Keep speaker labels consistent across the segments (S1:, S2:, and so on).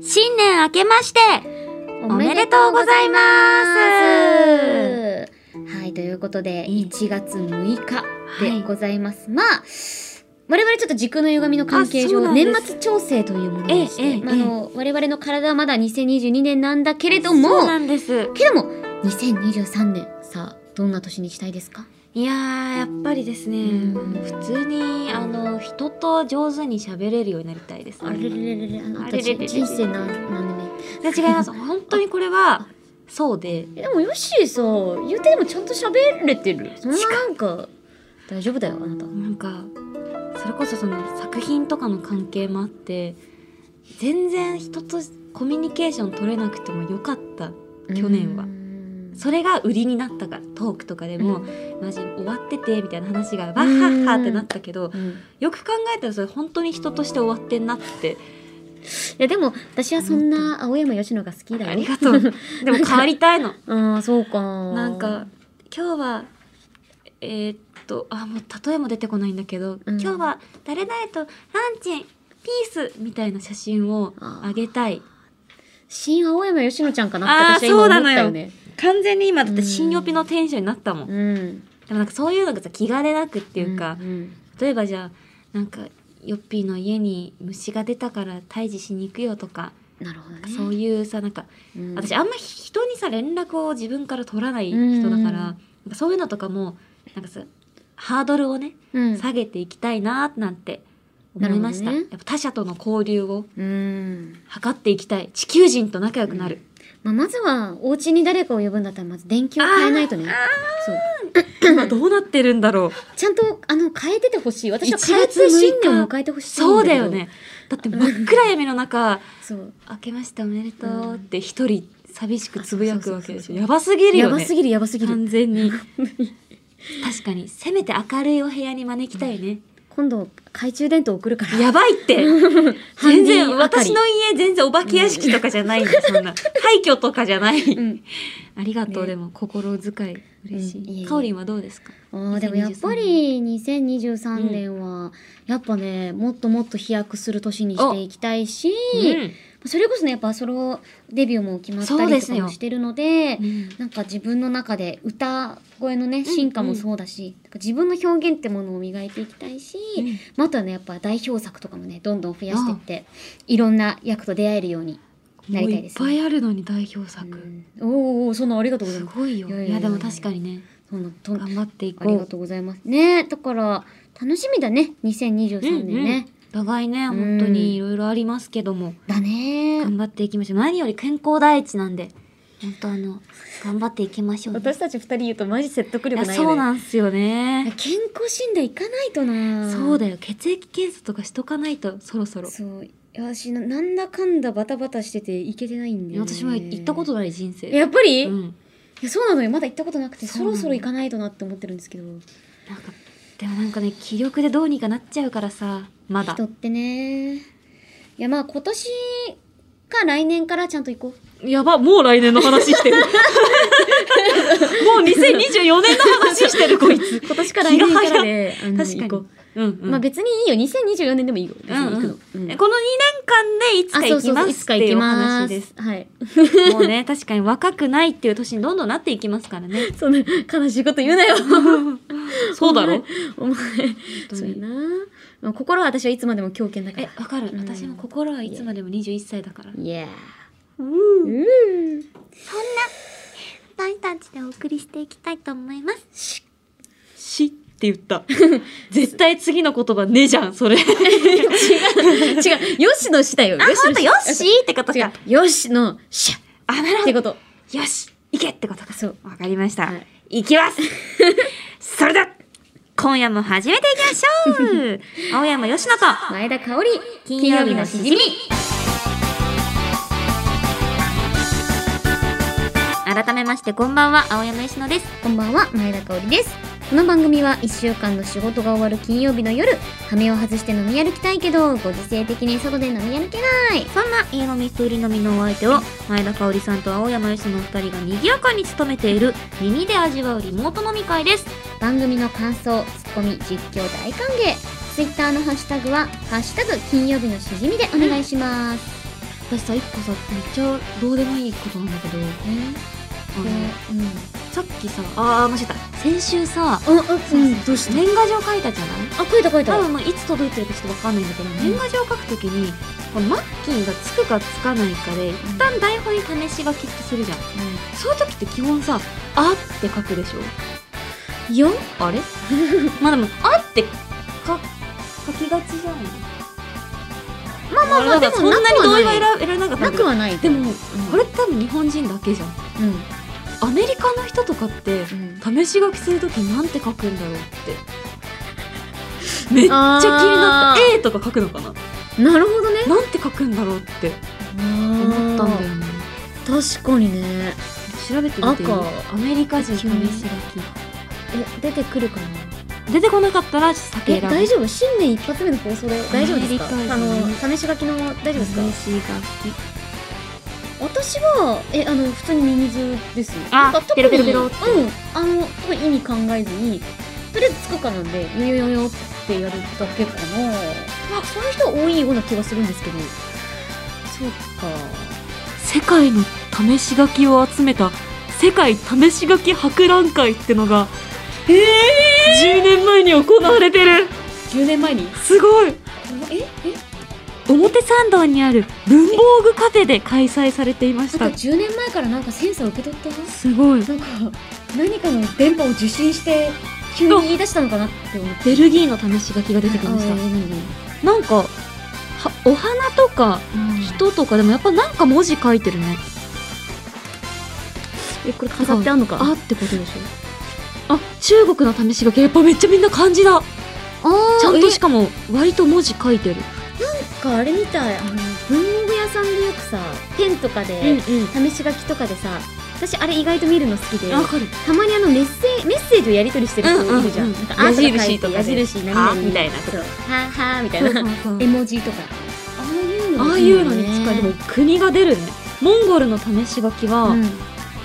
S1: 新年明けまして
S2: お。
S1: めでとうございます
S2: はい、ということで、
S1: ええ
S2: 1月6日
S1: はい
S2: でございます。まあ、我々ちょっと時空の歪みの関係
S1: あそうな
S2: 上、
S1: んです
S2: 年末調整というものでして、
S1: ええええ
S2: まあ、あの我々の体はまだ2022年なんだけれど
S1: そう
S2: も、
S1: なんです
S2: けども、2023年、さあ、どんな年にしたいですか
S1: いやーやっぱりですね、
S2: うん
S1: 普通にあの人と上手に喋れるようになりたいです、
S2: あれれれれれ、あの
S1: あれれれれれ
S2: 私、人生な、なんでもいい。
S1: で違い ます本当にこれはそうで
S2: えでもヨッシーさ言うてでもちゃんと喋れてるそんななんか大丈夫だよあなた
S1: なんかそれこそその作品とかの関係もあって全然人とコミュニケーション取れなくてもよかった去年は
S2: うん
S1: それが売りになったからトークとかでも、マジ終わっててみたいな話がわっはっはってなったけど、
S2: うんい
S1: よく考えたらそれ本当に人として終わってんなって
S2: やでも私はそんな青山佳乃が好きだよ
S1: ありが とうでも変わりたいの
S2: ああ そうか
S1: なんか今日はえーっとあもう例えも出てこないんだけど、
S2: うん
S1: 今日は誰々とランチピースみたいな写真をあげたい
S2: 新青山佳乃ちゃんかなって私
S1: あーそ
S2: は今
S1: う
S2: 思
S1: な
S2: っ
S1: の
S2: た
S1: よ
S2: よね
S1: 完全に今だって
S2: うん
S1: 新予備のテンションになったもん、
S2: うんっ
S1: でもなんかそういうのがさ気兼ねなくっていうか、例えばじゃあなんかヨッピーの家に虫が出たから退治しに行くよとか、
S2: なるほどね
S1: そういうさなんか
S2: うん
S1: 私あんま人にさ連絡を自分から取らない人だから、
S2: うん
S1: なんかそういうのとかもなんかさハードルをね
S2: うん
S1: 下げていきたいななんて思
S2: なる
S1: い
S2: ほど
S1: ま
S2: ね
S1: した、やっぱ他者との交流を
S2: うん
S1: 図っていきたい地球人と仲良くなる、
S2: まあまずはお家に誰かを呼ぶんだったらまず電球を変えないとね
S1: あー
S2: そう
S1: 今 どうなってるんだろう
S2: ちゃんとあの変えててほしい私は
S1: 1
S2: 変え
S1: 月
S2: て
S1: 6
S2: 新
S1: 日
S2: 年を迎えてほしいん
S1: そうだ
S2: けど
S1: よねだって真っ暗闇の中
S2: そう
S1: 「明けましておめでとう」って一人寂しくつぶやくわけでしょ
S2: あそうそうそうそう
S1: やばすぎる
S2: や
S1: よ
S2: ば
S1: ね
S2: すぎるやばすぎる
S1: 完全 に確かにせめて明るいお部屋に招きたいね、
S2: 今度懐中電灯送るから
S1: やばいって
S2: ハ
S1: 全
S2: ンディ
S1: 然
S2: 明かり
S1: 私の家全然お化け屋敷とかじゃないん だ、そんな廃墟とかじゃない、
S2: うん
S1: ありがとう、
S2: ね
S1: でも心遣い嬉し
S2: うんいえい
S1: い、
S2: え
S1: かおりんはどうですか
S2: あーでもやっぱり2023年はやっぱねもっともっと飛躍する年にしていきたいし、それこそねやっぱソロデビューも決まった
S1: そうで
S2: り
S1: す
S2: と
S1: よ
S2: かもしてるので
S1: うん
S2: なんか自分の中で歌声のね
S1: んうん
S2: 進化もそうだし、なんか自分の表現ってものを磨いていきたいし、
S1: うん
S2: まあ、あとはねやっぱ代表作とかもねどんどん増やしていっていろんな役と出会えるようになりたいです、
S1: もうい
S2: ね。
S1: っぱいあるのに代表作、
S2: うんおーおーそんなありがとうござい
S1: す
S2: ます。
S1: ごいよ
S2: いやいや
S1: い
S2: いや
S1: やでも確かにね
S2: そんなとん
S1: 頑張っていこ
S2: あ
S1: う
S2: りがとうございます。ねだから、楽しみだね、2023年ね。
S1: お互いね本当にいろいろありますけども、
S2: だね
S1: 頑張っていきましょう何より健康第一なんで本当あの頑張っていきましょうね、
S2: たち二人言うとマジ説得
S1: いやそうなんすよね
S2: 健康診断行かないとな
S1: そうだよ血液検査とかしとかないとそろそろ、
S2: そう。いや私な、なんだかんだバタバタしてて行けてないんで。
S1: 私も行ったことない人生
S2: えやっぱり、
S1: う
S2: い
S1: ん、
S2: やそうなのよ。まだ行ったことなくて、
S1: そう
S2: そ
S1: なの
S2: ろそろ行かないとなって思ってるんですけど。
S1: なんかでもなんかね気力でどうにかなっちゃうからさまだ
S2: 人ってね。いや、まあ今年か来年からちゃんと行こう。
S1: やばもう来年の話して るもう2024年の話してるこいつ
S2: 今年か来年からで、あの
S1: 確
S2: 行
S1: か
S2: こ
S1: に
S2: う。、
S1: うんうん
S2: まあ別にいいよ2024年でもいいよ別
S1: うん
S2: に行くの、
S1: うん
S2: うん
S1: この2年間でいつか
S2: あそ
S1: 行
S2: う
S1: き
S2: そう
S1: ま
S2: そうい
S1: す
S2: つ
S1: って
S2: か行
S1: い
S2: き
S1: うお話
S2: ま
S1: です
S2: すはい
S1: もうね確かに若くないっていう年にどんどんなっていきますからね
S2: そんな悲しいこと言う なよ
S1: そうだろ
S2: お前
S1: 当に
S2: そうやな、まあ、心は私はいつまでも狂犬だか
S1: え
S2: ら
S1: わかる、
S2: うん
S1: 私も心はいつまでも21歳だから
S2: いや
S1: うん
S2: うん
S1: 私たちでお送りしていきたいと思います。し、しって言った。 絶対次の言葉ねえじゃん、 それ。
S2: 違うよしのしだよよしの
S1: よしってこと
S2: 違
S1: か。
S2: うよしのしっ
S1: あ、なる
S2: てこ
S1: ど。
S2: と
S1: よし、行けってことか。
S2: そう
S1: わかりました。、
S2: はい
S1: き ますそれでは、今夜も始めていきましょ う青山よしのと、
S2: 前田香織
S1: 金曜日のしじみ。改めまして、こんばんは、青山よしのです。
S2: こんばんは、前田香織です。この番組は1週間の仕事が終わる金曜日の夜、ハメを外して飲み歩きたいけど、ご時世的に外で飲み歩けない。
S1: そんな家飲み風り飲みのお相手を前田香織さんと青山由志のお二人が賑やかに務めている耳で味わうリモート飲み会です
S2: 番組の感想、ツッコミ、実況大歓迎。ツイッターのハッシュタグは、ハッシュタグ金曜日のしじみでお願いします。
S1: 私さ一個さめっちゃどうでもいいことなんだけど
S2: え
S1: あ
S2: こ
S1: の
S2: れうん
S1: さっきさあー間違えた先週さ
S2: うん
S1: うん
S2: どうし
S1: 年賀状書いたじゃない
S2: あ書いた書いた
S1: 多分まあいつ届いてるかちょっとわかんないんだけど、年賀状書くときにこのマッキーがつくかつかないかで一旦台本に試し書きってするじゃんそういう時って基本さ「あ」って書くでしょ
S2: うんよ
S1: あ れまあでも「あ」ってか書きがちじゃない
S2: まあまあまあでも
S1: そんなに同意は得ら得られなかった
S2: なん
S1: だ
S2: く
S1: けど
S2: はない
S1: でもこ
S2: れ
S1: れって多分日本人だけじゃん
S2: うん
S1: アメリカの人とかって
S2: うん
S1: 試し書きするときなんて書くんだろ うってめっちゃ気になっ
S2: あ
S1: た A とか書くのかな
S2: なるほどね
S1: なんて書くんだろうって思ったんだよね
S2: 確かにね
S1: 調べてみてよ
S2: 赤
S1: アメリカ人試し書
S2: え出てくるかな
S1: き出てこなかったら先選
S2: え
S1: ぶ
S2: 大丈夫新年一発目の放送で大丈夫ですか
S1: アメリカ人
S2: あ
S1: ね
S2: の試し書きの大丈夫ですか
S1: 試し書き
S2: 私はえあの普通にミミズです
S1: あ
S2: なんか特に
S1: ペロペロペロ
S2: うんあの特に意味考えずにとりあえずつくかなんでよよよよってやるだけかなまあそういう人は多いような気がするんですけどそうか
S1: 世界の試し書きを集めた世界試し書き博覧会ってのが、え10年前に行われてる
S2: 10年前に
S1: すごい
S2: ええ
S1: 表参道にある文房具カフェで開催されていまし
S2: な
S1: た
S2: んか10年前からなんかセンサー受け取ってます
S1: すごい
S2: なんか何かの電波を受信して急に言い出したのかなって思って
S1: ベルギーの試し書きが出てきまし
S2: あ
S1: た
S2: ー
S1: なんかはお花とか
S2: うん
S1: 人とかでもやっぱなんか文字書いてるね
S2: えこれ飾ってあんのか
S1: あってことでしょあ中国の試し書きやっぱめっちゃみんな漢字だ
S2: あ
S1: ちゃんとしか
S2: か
S1: も割と文字書いてる
S2: あれみたいあの文房具屋さんでよくさペンとかで、
S1: ん
S2: 試し書きとかでさ私あれ意外と見るの好きで
S1: わかる
S2: たまにあのメッセージメッセージをやり取りしてる人いるじゃん,、
S1: うんうんうん
S2: なんかアートが書い
S1: 矢印と
S2: て
S1: かで
S2: 矢印何々
S1: はみたいな
S2: そうははみたいな絵
S1: あ
S2: 文字とかああいう
S1: あいうのに使え
S2: 使
S1: る国が出るねモンゴルの試し書きは、
S2: うん、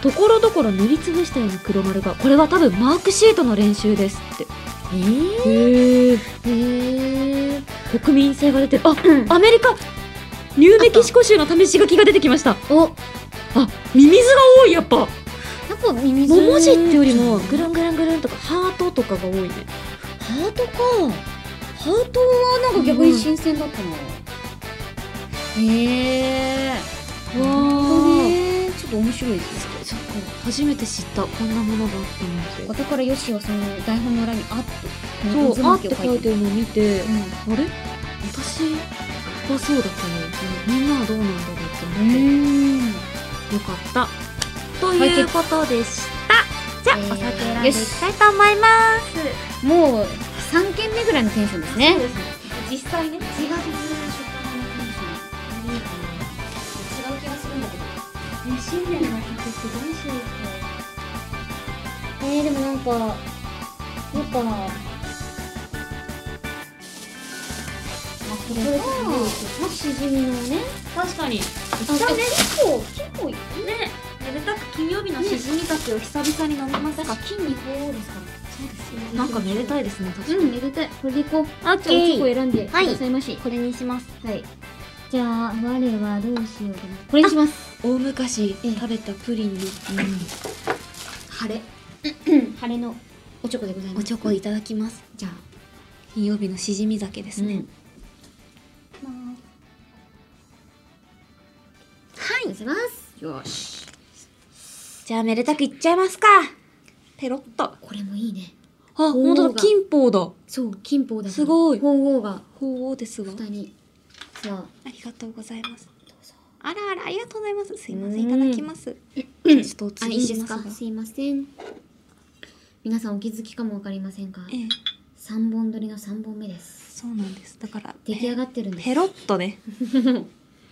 S1: ところどころ塗りつぶしたような黒丸がこれは多分マークシートの練習ですって
S2: え
S1: へえ
S2: ー、えー、
S1: 国民性が出てるあ
S2: あ
S1: アメリカニューメキシコ州の試し書きが出てきました
S2: お
S1: あミミズが多いやっぱ
S2: やっぱ耳
S1: も文字ってよりもグ
S2: ラ
S1: ルングルングルンとかハートとかが多いね
S2: ハートかハートはなんか逆に新鮮だったな、へえ
S1: わー
S2: ねちょっと面白いですね
S1: そっか初めて知ったこんなものがあったなんて
S2: だからよしはその台本の裏にあっと
S1: そうあって書いて
S2: る
S1: るのを見て
S2: うん
S1: あれ私はそうだったねみんなはどうなんだろうって思って、
S2: うん
S1: よかったということでしたじゃあ、
S2: えー
S1: お酒選んでいきたいと思います
S2: もう三件目ぐらいのテンションですね
S1: そうですね実際ね違う
S2: 違う食感のテンション違う気がするんだけど
S1: 新年の曲ってどうしよう
S2: えー、でもなんかやっぱまあこれかしじみのね
S1: 確かに
S2: あ
S1: 一応ね
S2: 結構結構いい
S1: ねめでたく金曜日のしじみたちを久々に飲みますか、
S2: 金に鳳凰ですからそうですよ
S1: なんかめでた
S2: い
S1: いですね確かに、
S2: うんめでたいこれでいこう
S1: オッ
S2: じゃあおちょこ選んでく
S1: はい
S2: ださいまし
S1: これにします
S2: はい、じゃあ我はどうしようかなこれにします
S1: 大昔
S2: ええ
S1: 食べたプリンの、晴れ
S2: 晴れのおちょこでございま
S1: お
S2: す
S1: チョコいただきます
S2: じゃあ
S1: 金曜日のしじみ酒ですね、
S2: うんはいいただきますよし
S1: じゃあめでたくいっちゃいますかペロッとあ
S2: これもいいね
S1: 本当だ金宝だ
S2: そう金鳳だから
S1: すごい
S2: 鳳凰が
S1: 鳳凰ですわ
S2: 二人さあ
S1: ありがとうございます
S2: どうぞ
S1: あらあらありがとうございますすいません
S2: う
S1: い
S2: ん
S1: ただきますちょっとお
S2: あ
S1: 釣
S2: い
S1: り
S2: い
S1: し
S2: です
S1: ます
S2: か
S1: が
S2: すいません皆さんお気づきかもわかりませんが
S1: ええ
S2: 三本撮りの三本目です
S1: そうなんですだから
S2: 出来上がってるんです
S1: ペロッとね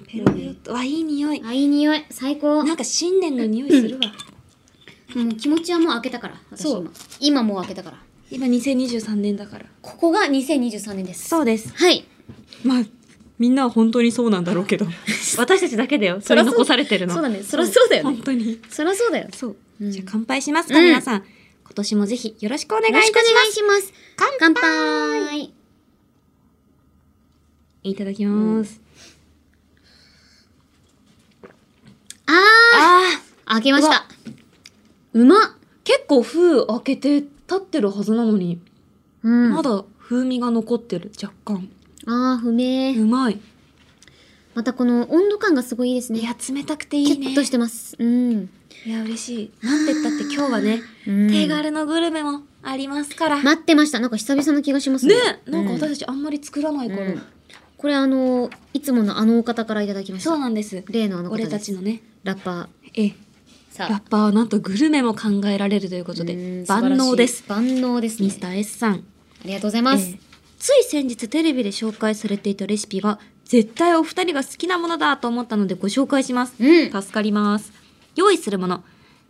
S1: ペロペロッとわいい匂い
S2: あいい匂い最高
S1: な
S2: も
S1: んか新年の匂いするわ
S2: う気持ちはもう開けたから私
S1: そう
S2: 今今もう開けたから
S1: 今2023年だから
S2: ここが2023年です
S1: そうです
S2: はい
S1: まあみんなは本当にそうなんだろうけど 私たちだけだよそれ残されてるの
S2: そうだねそりゃそうだよね
S1: 本当に
S2: そりゃそうだよ
S1: そう、
S2: うん
S1: じゃあ乾杯しますか、
S2: うん
S1: 皆さん今年もぜひよろしくお願いいたします
S2: よろしくお願いします乾杯
S1: いただきます、
S2: 開けまし
S1: う
S2: た。うまっ、
S1: 結構封開けて立ってるはずなのに、
S2: うん、
S1: まだ風味が残ってる若干
S2: ああ、不明。
S1: うまい
S2: またこの温度感がすごいいいです
S1: い
S2: ね。
S1: や冷たくてい
S2: キ
S1: い
S2: ュッ
S1: ね
S2: としてます。うん。
S1: いや嬉しいなんて言ったって今日はね、
S2: うん
S1: 手軽のグルメもありますからね
S2: 待ってました。なんか久々な気がしますね。
S1: なんか私
S2: う
S1: たちあんまり作らないから、
S2: うんこれあの、いつものあのお方からいただきまし
S1: そう
S2: た。
S1: なんです
S2: 例のあの方で
S1: 俺
S2: す。
S1: たちのね
S2: ラッパー。
S1: ええ
S2: さ
S1: ラッパーはなんとグルメも考えられるということ
S2: う
S1: で
S2: ん
S1: 万能で。す
S2: 素晴らしい万能ですね
S1: ミスター S さん
S2: ありがとうございます。
S1: ええつい先日テレビで紹介されていたレシピが絶対お二人が好きなものだと思ったのでご紹介します、
S2: うん
S1: 助かります用意するもの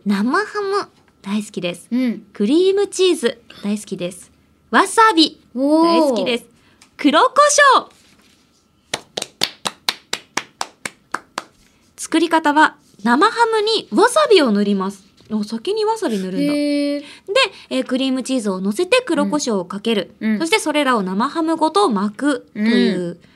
S1: 生ハム大好きです
S2: うん。
S1: クリームチーズ大好きですわさび
S2: お。
S1: 大好きですす黒胡椒作り方は生ハムにわさびを塗りますあ先にわさび塗るんだ
S2: へえ。
S1: で、えークリームチーズを乗せて黒胡椒をかける、
S2: うん
S1: そしてそれらを生ハムごと巻くという、えー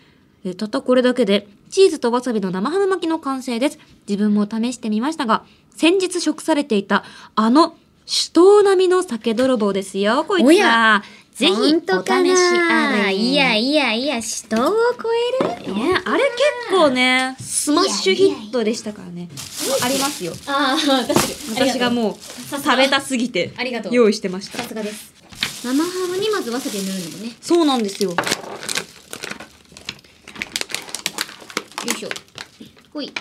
S1: たったこれだけでチーズとわさびの生ハム巻きの完成です自分も試してみましたが先日食されていたあの首都並みの酒泥棒ですよこい
S2: お
S1: つ
S2: や
S1: らぜひお試しあれ
S2: いやいやいや、人を超える
S1: いやあれ結構ねスマッシュヒットでしたからねありますよ
S2: ああ、確かに。
S1: 私がもう食べたすぎて
S2: ありがとう
S1: 用意してました
S2: さすがです。生ハムにまずわさびを塗るのもね。よ
S1: そうなんですよ
S2: いしょ。ほい。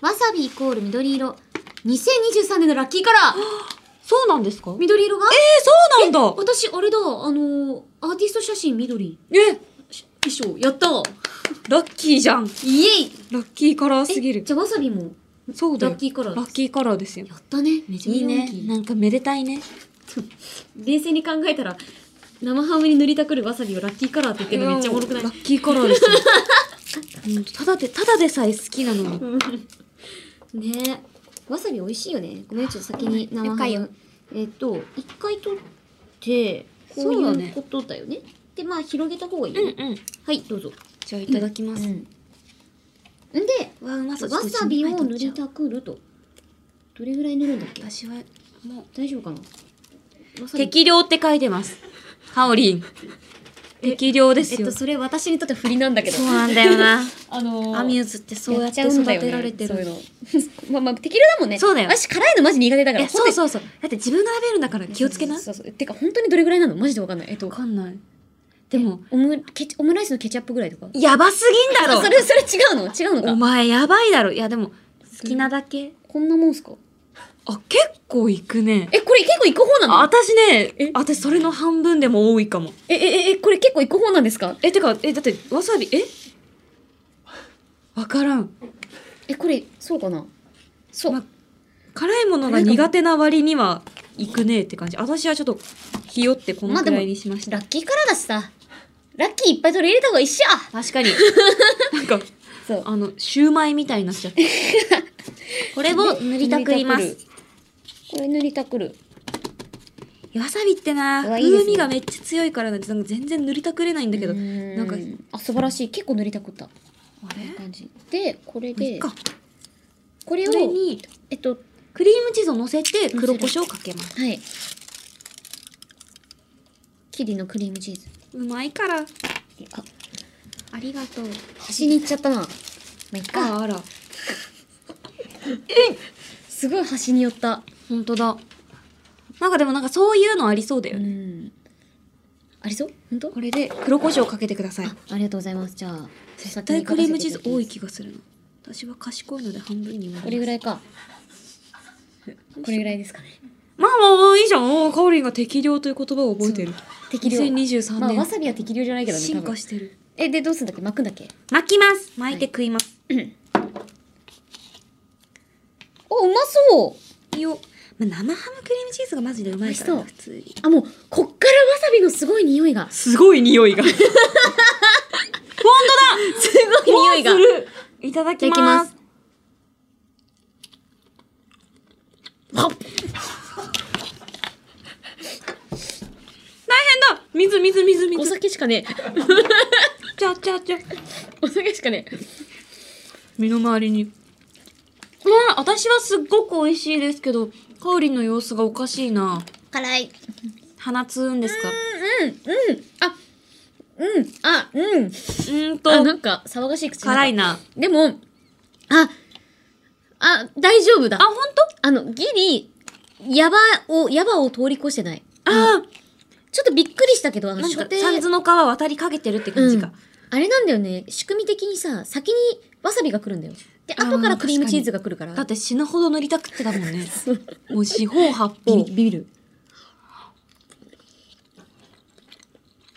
S2: わさびイコール緑色。2023年のラッキーカラー
S1: そうなんですか
S2: 緑色が
S1: えー、そうなんだ
S2: 私、あれだ、あのー、アーティスト写真緑。
S1: え
S2: 衣装、やった
S1: ラッキーじゃん
S2: イエイ
S1: ラッキーカラーすぎ
S2: え
S1: る
S2: じゃあわさびも、
S1: そうだ
S2: ラ
S1: よ
S2: ッキーカラー
S1: ラ
S2: です
S1: ッキーカラーですよ
S2: やったね。めちゃめちゃラッキー
S1: なんかめでたいね
S2: 冷静に考えたら生ハムに塗りたくるわさびをラッキーカラーって言ってるのめっちゃおもろくない
S1: ラッキーカラーですよ うんただでただでさえ好きなのに
S2: ねえわさび美味しいよねごめんちょっと先に生
S1: 了
S2: ハ
S1: 解よ
S2: ムえっと一回取ってこう
S1: そうだ
S2: い
S1: ね
S2: うことだよねでまあ広げた方がいいよね、
S1: うんうん
S2: はいどうぞ、
S1: じゃあいただきます、
S2: ん、で
S1: わうまそう
S2: わさびを塗りたくるとどれぐらい塗るんだっけ
S1: 私はもう
S2: 大丈夫かなわさび
S1: 適量って書いてますハオリン適量で
S2: えっ
S1: すよ、
S2: とそれ私にとって振りなんだけど
S1: そうなんだよな
S2: あの
S1: アミューズってそうや
S2: や
S1: っ
S2: ってて
S1: 育
S2: 育
S1: て
S2: て
S1: ら
S2: ら
S1: れ
S2: れ
S1: て
S2: て
S1: る
S2: る まあまあ適量だもんね
S1: そうだよ
S2: 私辛いのマジ苦手だか
S1: いや
S2: ら
S1: そう
S2: う
S1: そうそうだって自分が食べるんだから気をつけな
S2: そうそうそうてか本当にどれぐらいなのマジでわかんないえっと
S1: わかんないでも
S2: オムケチオムライスのケチャップぐらいとか
S1: やばすぎんだろ
S2: あそれそれ違うの違う
S1: お
S2: のか
S1: 前やばいだろいやでも好きなだけ
S2: こんなもんすか
S1: あ結構いくね
S2: えこれ結構行く方
S1: あ
S2: なの
S1: 私ね
S2: え
S1: 私それの半分でも多いかも
S2: ええええこれ結構行く方なんですか
S1: えてかえだってわさびえわからん、
S2: えこれそうかなそう、
S1: ま、辛いものが苦手な割にはいくねって感じ私はちょっとひよってこのくらいにしました、
S2: ラッキーからだしさラッキーいっぱい取り入れた方がいいっしょ
S1: 確かになんか
S2: そう
S1: あのシューマイみたいになっちゃって これを塗りたくります
S2: これ塗りたくる
S1: わさびってな
S2: うわいいですね
S1: 風味がめっちゃ強いからなんてなんか全然塗りたくれないんだけどな
S2: なん
S1: か
S2: あ素晴らしい結構塗りたくったこ
S1: あ
S2: ういう
S1: れ
S2: 感じでこれ
S1: い
S2: で
S1: っか
S2: これ
S1: こ
S2: を
S1: れに
S2: えっと
S1: クリームチーズを乗せて黒胡椒をかけます
S2: はいキリのクリームチーズ
S1: うまいから
S2: あ
S1: ありがとう
S2: 端に行っちゃったなまあ、いっか
S1: ああら
S2: すごい端に寄った
S1: 本当だなんかでもなんかそういうのありそうだ
S2: う
S1: よね、
S2: んありそう本当
S1: これで黒胡椒をかけてください
S2: あありがとうございますじゃあ
S1: 絶対クリームチーズ多い
S2: こ
S1: 気がするの私は賢いので半分に割ります
S2: れぐらい かこれぐらいですかね
S1: まあまあまあいいじゃんおーカオリンが適量という言葉を覚えてる
S2: 適量
S1: 2023
S2: まあ
S1: 年、
S2: わさびは適量じゃないけどね多
S1: 進化
S2: 分
S1: してる
S2: えでどうするんだっけ巻くんだっけ
S1: 巻きます巻いて食います、
S2: おうまそう
S1: いいよ、まあ、生ハムクリームチーズがマジでうまいから
S2: 美
S1: な
S2: 味
S1: 普通に
S2: あもうこっからわさびのすごい匂いが
S1: すごい匂いが本当だ
S2: すごい匂いが
S1: どう するいただきます
S2: はっ
S1: 大変だ水水水
S2: お
S1: 水
S2: 酒しかね え
S1: ちゃちゃちゃ
S2: お酒しかねえ
S1: 身の回りにうわ私はすっごく美味しいですけど、かおりんの様子がおかしいな。
S2: 辛い。
S1: 鼻つうんですか
S2: うん、うん、あ、うん、あ、うん。
S1: うーん
S2: あ、
S1: と、
S2: なんか騒がしい口の中
S1: 辛い。な。
S2: でも、あ、あ、大丈夫だ
S1: あ、。ほんと
S2: あの、ギリ、ヤバを、ヤバを通り越してない。
S1: あ
S2: ちょっとびっくりしたけど、あ
S1: あ、
S2: の、
S1: なん
S2: 初
S1: か、
S2: 手、
S1: サンズの皮渡りかけてるって感じ
S2: う
S1: か
S2: ん。あれなんだよね、仕組み的にさ、先にわさびが来るんだよ。で、
S1: あー
S2: 後からクリームチーズが来るから。
S1: だって死ぬほど塗りたくってたもん ね。
S2: そう
S1: もう四方八
S2: ビ
S1: 方
S2: ビ。ビビる。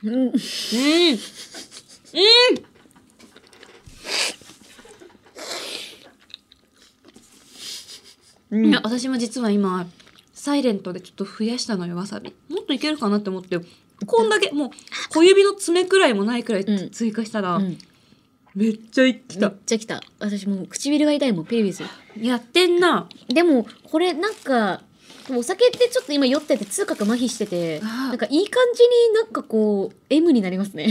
S2: うん、
S1: うん。
S2: うん
S1: いや、私も実は今、サイレントでちょっと増やしたのよ、わさび。もっといけるかなって思って、こんだけ、もう小指の爪くらいもないくら
S2: うん
S1: い追加したら、
S2: うん
S1: めっちゃいき
S2: め
S1: た
S2: っ。ちゃ来た。私もう唇が痛いもん、ピリピリする。
S1: やってんな。
S2: でも、これなんか、お酒ってちょっと今酔ってて痛覚麻痺してて、
S1: あー
S2: なんかいい感じになんかこう、M になりますね。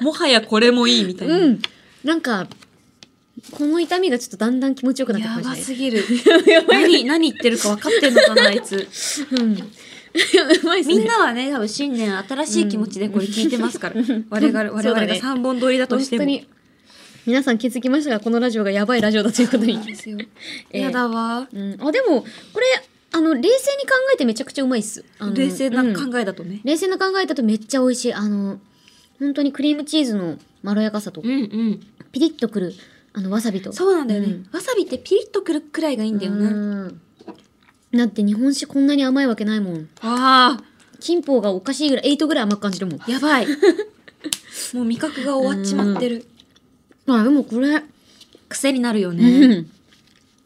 S1: もはやこれもいいみたいな。
S2: うん。なんか、この痛みがちょっとだんだん気持ちよくなってき
S1: や
S2: ま
S1: ば
S2: し
S1: すぎる。
S2: た ね。やばい。
S1: 何、何言ってるか分かってんのかな、あい つ。
S2: うん。 やばいっすね。
S1: みんなはね、多分新年新しい気持ちでこれ聞いてますから。
S2: ん
S1: 我々、
S2: そう
S1: 我
S2: だね
S1: 々が三本撮りだと
S2: 本
S1: して
S2: 当
S1: も。
S2: に。皆さん気づきましたが、このラジオがやばいラジオだということ
S1: そうなん
S2: に。
S1: ですよ。
S2: ええ
S1: やだわ。
S2: うん。あ、でも、これ、あの、冷静に考えてめちゃくちゃうまいっす。あの
S1: 冷静な
S2: うん
S1: 考えだとね。
S2: 冷静な考えだとめっちゃ美味しい。あの、本当にクリームチーズのまろやかさと
S1: う、んうん。
S2: ピリッとくる、あの、わさびと。
S1: そうなんだよね。
S2: うん
S1: わさびってピリッとくるくらいがいいんだよね。
S2: うんだって日本酒こんなに甘いわけないもん。
S1: あ
S2: 金宝がおかしいぐらい、8ぐらい甘く感じるもん。
S1: あ、や ばい。もう味覚が終わっちまってる。
S2: あ、でもこれ、
S1: 癖になるよ
S2: う
S1: ね。
S2: ん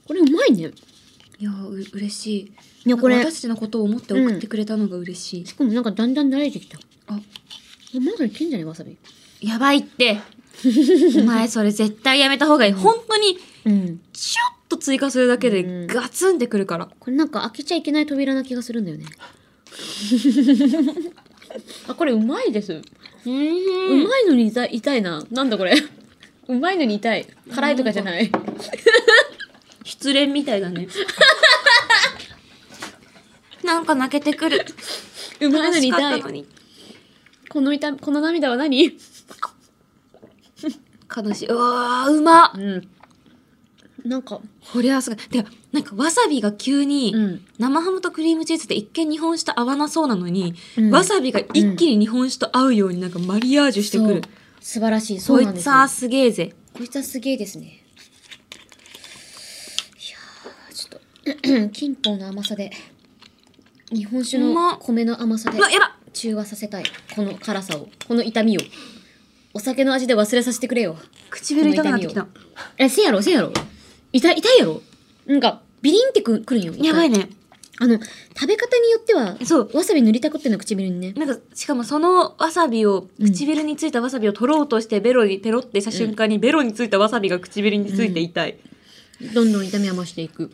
S2: これうまいね。
S1: いや、う嬉しい。
S2: いや、これ、
S1: 私たちのことを思って送ってくれたのが嬉しい。
S2: しかもなんかだんだん慣れてきた。
S1: あ
S2: まだいけんじゃねわさび。
S1: やばい って。お前それ絶対やめた方がいい。本当に、
S2: うん。
S1: ちょっと追加するだけ
S2: う
S1: で
S2: ん
S1: ガツンってくるから。
S2: これなんか開けちゃいけない扉な気がするんだよね。 あ、これうまいです。
S1: う。
S2: うんまいのに痛い痛いな。なんだこれ。うまいのに痛い。辛いとかじゃない。
S1: 失恋みたいだ ね。なんか泣けてくる。
S2: うまいのに
S1: 楽しか
S2: 痛
S1: っ
S2: い
S1: たの。に
S2: この痛み、この涙は何
S1: 悲しい。うわー、うまっ
S2: うん。なんか、
S1: これはすごい。てか、なんかわさびが急に、
S2: うん。
S1: 生ハムとクリームチーズって一見日本酒と合わなそうなのに、
S2: うん
S1: わさびが一気に日本酒と合うようになんかマリアージュしてく
S2: そう
S1: る。
S2: 素晴らしい。そ
S1: こ
S2: うなん
S1: い
S2: で
S1: つ
S2: すよ
S1: はすげえぜ。
S2: こいつはすげえですね。いやー、ちょっと、金宝の甘さで、日本酒
S1: うま
S2: の
S1: っ
S2: 米の甘さで
S1: うわ、やば
S2: 中和させたい。この辛さを、この痛みを。お酒の味で忘れさせてくれよ。
S1: 唇痛くなってきた。
S2: え、せやろ、せやろ。痛い、痛いやろ。なんか、ビリンってくくるんよ。一回
S1: やばい。ね。
S2: あの、食べ方によっては、
S1: そう。
S2: わさび塗りたくっての唇にね。
S1: なんか、しかもそのわさびを、
S2: うん
S1: 唇についたわさびを取ろうとしてベロにペロってした瞬間に、ベロについたわさびが唇について痛い。
S2: どんどん痛みは増していく。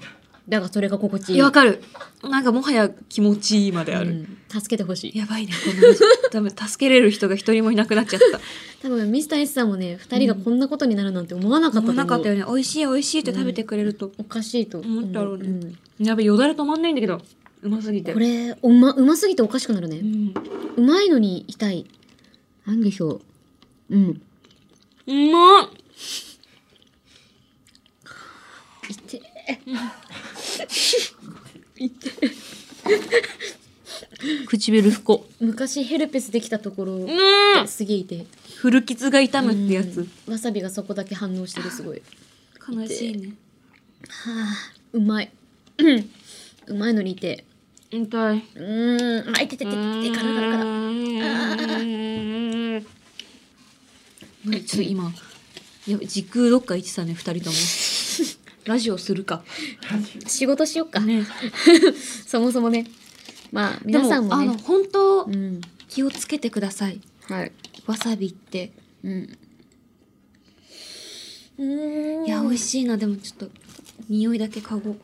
S2: だが、それが心地いい。
S1: いや、わかる。なんかもはや気持ちいいまである。
S2: うん助けてほしい。
S1: やばいね、この話。多分助けれる人が一人もいなくなっちゃった。
S2: 多分ミスター S さんもね2人がこんなことになるなんて思わなかった
S1: も
S2: と
S1: う
S2: 思う、
S1: なかったよね。美味しい美味しいって食べてくれると。
S2: おかしいと
S1: 思ったろうね
S2: ん
S1: やべ、よだれ止まんないんだけど。うますぎて。
S2: これうまうますぎておかしくなるね、
S1: う。
S2: うんまいのに痛いなんでしょううん
S1: うまっ
S2: 痛い
S1: 唇不幸。
S2: 昔ヘルペスできたところ、
S1: うん
S2: すげえ痛い
S1: 古傷が痛むってやつ。
S2: うんわさびがそこだけ反応してるすごい
S1: 悲しいね。
S2: はあうまい うんうまいのに痛い
S1: 痛い。
S2: うーんあ痛いててててからからから
S1: うんちょっと今やばい時空どっか行ってたね二人 ともラジオするか
S2: 仕事しよっか、
S1: ね
S2: そもそもねまあ
S1: で
S2: 皆さんも
S1: あ
S2: ね
S1: の本当
S2: うん
S1: 気をつけてください
S2: はい
S1: わさびって
S2: うん。うん
S1: いや美味しいなでもちょっと匂いだけ嗅ごう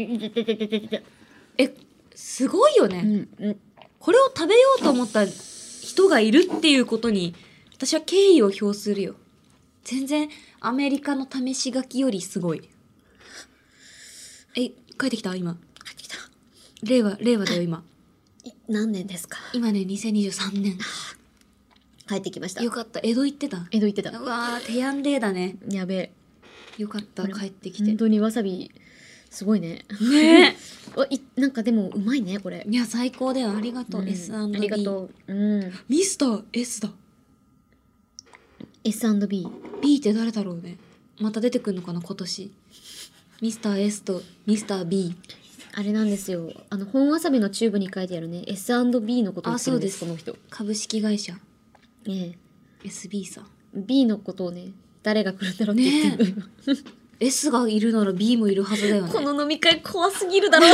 S2: い。てててててて。
S1: えすごいよね、
S2: うんうん。
S1: これを食べようと思った人がいるっていうことに私は敬意を表するよ全然アメリカの試し書きよりすごい。え、帰ってきた今。
S2: 帰ってきた。
S1: 令和、令和だよ今。
S2: い何年ですか
S1: 今ね、2023年。
S2: 帰ってきました。
S1: よかった。江戸行ってた。
S2: 江戸行ってた。
S1: うわー、テヤンデーだね。
S2: やべえ。
S1: よかった、
S2: これ
S1: 帰ってき
S2: 本
S1: て。
S2: 当にわさび、すごいね。
S1: ね
S2: わいなんかでもうまいね、これ。
S1: いや、最高だよ。ありがとう、
S2: うん
S1: S&B。
S2: ありがとう。うん。
S1: ミスター S だ。
S2: S&B。
S1: B って誰だろうね。また出てくるのかな、今年。ミスター S とミスター B。
S2: あれなんですよ。あの、本わさびのチューブに書いてあるね、S&B のことを言ってるんです、
S1: あそ
S2: こ
S1: う
S2: の人。
S1: 株式会社
S2: ええ。
S1: SB さん。
S2: B のことをね、誰が来るんだろうって言ってるのよ
S1: S がいるなら B もいるはずだよね。
S2: この飲み会怖すぎるだろ。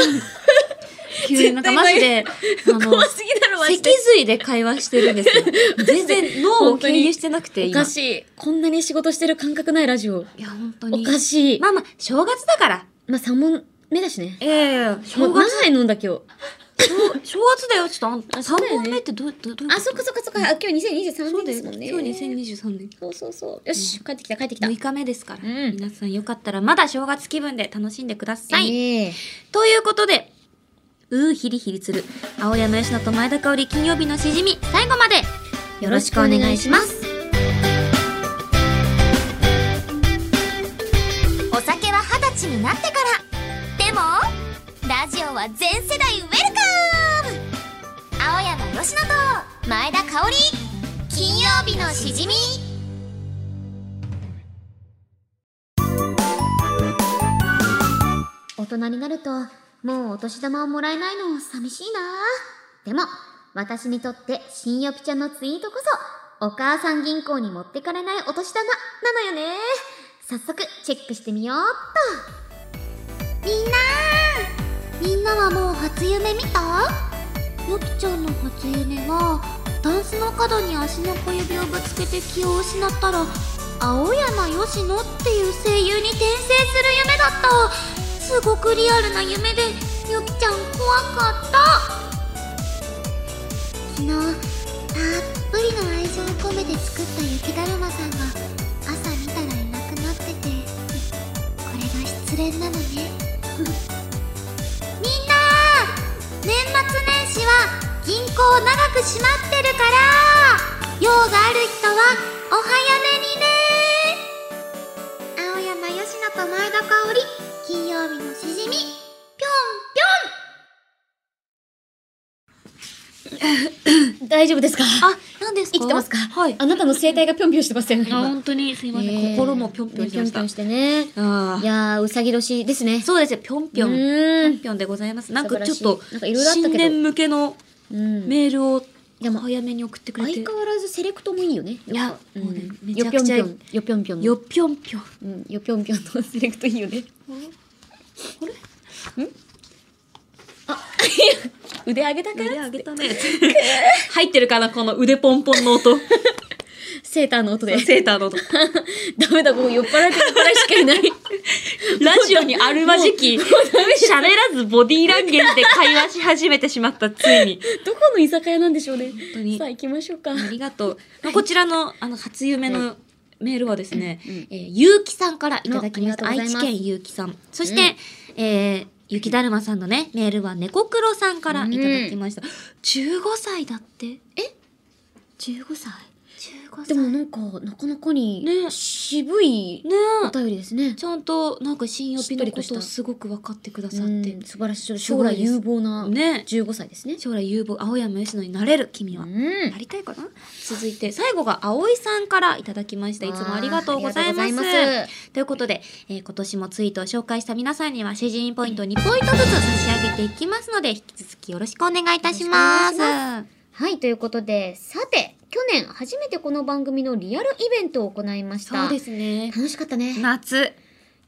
S1: 急になんかマジで、あの
S2: 怖、すぎだろ、マジ
S1: 脊
S2: で。
S1: 髄で会話してるんですよ。全然脳を経由してなくて、
S2: お
S1: 今。
S2: か
S1: い
S2: しい。こんなに仕事してる感覚ないラジオ。
S1: や、本当
S2: お
S1: に。
S2: かしい。ま、
S1: まあまあ、正月だから。
S2: あ、3問目だしね。
S1: ええ
S2: も
S1: 正
S2: う何
S1: 月、
S2: 杯飲んだ今日。
S1: 正正月だよ。ちょっとあん、3
S2: そうだよね
S1: 本目ってどう、どう、どういうこと
S2: あ、そっかそっかそっか。あ今日2023
S1: そうだ
S2: 年で
S1: よ
S2: すもんね。
S1: 今日2023年。
S2: そうそうそう。よし、帰ってきた帰ってきた。
S1: 6日目ですから、
S2: うん
S1: 皆さんよかったらまだ正月気分で楽しんでください。
S2: ええ
S1: ということで、うーヒリヒリする、青山吉野と前田香織金曜日のしじみ、最後まで
S2: よろしくお願いします。
S3: お酒は二十歳になってからでもラジオは全世代ウェルカム青山吉野と前田香織金曜日のしじみ
S2: 大人になるともうお年玉をもらえないの寂しいなでも私にとって新よぴちゃんのツイートこそお母さん銀行に持ってかれないお年玉なのよね早速チェックしてみようっ
S3: みんなみんなはもう初夢見たよきちゃんの初夢はダンスの角に足の小指をぶつけて気を失ったら青山吉野っていう声優に転生する夢だったすごくリアルな夢でよきちゃん怖かった昨日たっぷりの愛情を込めて作った雪だるまさんが朝見たらいなくなっててこれが失恋なのね みんな年末年始は銀行を長く閉まってるから用がある人はお早めにね青山吉野と前田香織金曜日のしじみぴょんぴ
S2: と大丈夫ですか
S1: あ、何ですか
S2: 生きてますか
S1: はい。あ、
S2: あなたの声帯がぴょんぴょんしてますよ今
S1: 本当にすいません。心もぴょんぴょんしました。
S2: ねぴょんぴょんしてね
S1: あ
S2: い
S1: ー
S2: やーうさぎ年ですね
S1: そうですよ。ぴょんぴょん。ぴょ
S2: うん
S1: んぴょんでございます。なんかちょっと
S2: 素晴らしいなんか、いろいろあった
S1: 新
S2: けど
S1: 年向けの
S2: うん
S1: メールを
S2: でも
S1: 早めに送ってくれ
S2: 相
S1: て
S2: 変。わらずセレクトもいいよね
S1: いや
S2: うん
S1: もうねめち
S2: よ
S1: ゃ
S2: ぴょ
S1: く
S2: ん
S1: ち
S2: ぴ
S1: ゃ
S2: ょんよぴょんぴょんの
S1: よっぴょんぴょん。
S2: うん、よぴょんぴょんのセレクトいいよね。あ れんあ、いや腕上げたか
S1: 腕上げたね。 入ってるかなこの腕ポンポンの音。
S2: セーターの音で。
S1: セーターの音。
S2: ダメだ、ここ酔っ払ってるくらいしかい ない。
S1: ラジオにあるまじ き、喋らずボディーランゲージで会話し始めてしまった、ついに。
S2: どこの居酒屋なんでしょうね。
S1: 本当に
S2: さあ、行きましょうか。
S1: ありがとう。まあこちらの、あの、初夢のメールはですね、
S2: うんうん
S1: えーゆうきさんからいただきました。
S2: あありが
S1: 愛知
S2: とうございます
S1: 県ゆうきさん。そして、えー雪だるまさんのね、メールは猫黒さんからいただき ました。15歳だって
S2: 15歳。
S1: ?15 歳。
S2: でも
S1: ね
S2: なんか、なかなかに
S1: ね
S2: 渋いお便りですね。
S1: ちゃんと、なんか、新予備のこ
S2: しっとりとし
S1: とを
S2: た
S1: すごく分かってくださ
S2: う
S1: って
S2: ん、。素晴らし
S1: す
S2: い。将
S1: ごい
S2: 来
S1: です
S2: 有望な
S1: ね
S2: 15歳ですね。
S1: 将来有望、青山吉野になれる、君
S2: う
S1: は。
S2: ん
S1: な。りたいかな続いて最後が葵さんからいただきましたいつもありがとうございます
S2: あーありがとうございます
S1: ということで、えー今年もツイートを紹介した皆さんにはシェジーンポイント2ポイントずつ差し上げていきますので引き続きよろしくお願いいたします
S2: よろしくおはい、ということで、さて、去年初めてこの番組のリアルイベントを行いました。
S1: そうですね
S2: 楽しかったね。い
S1: 夏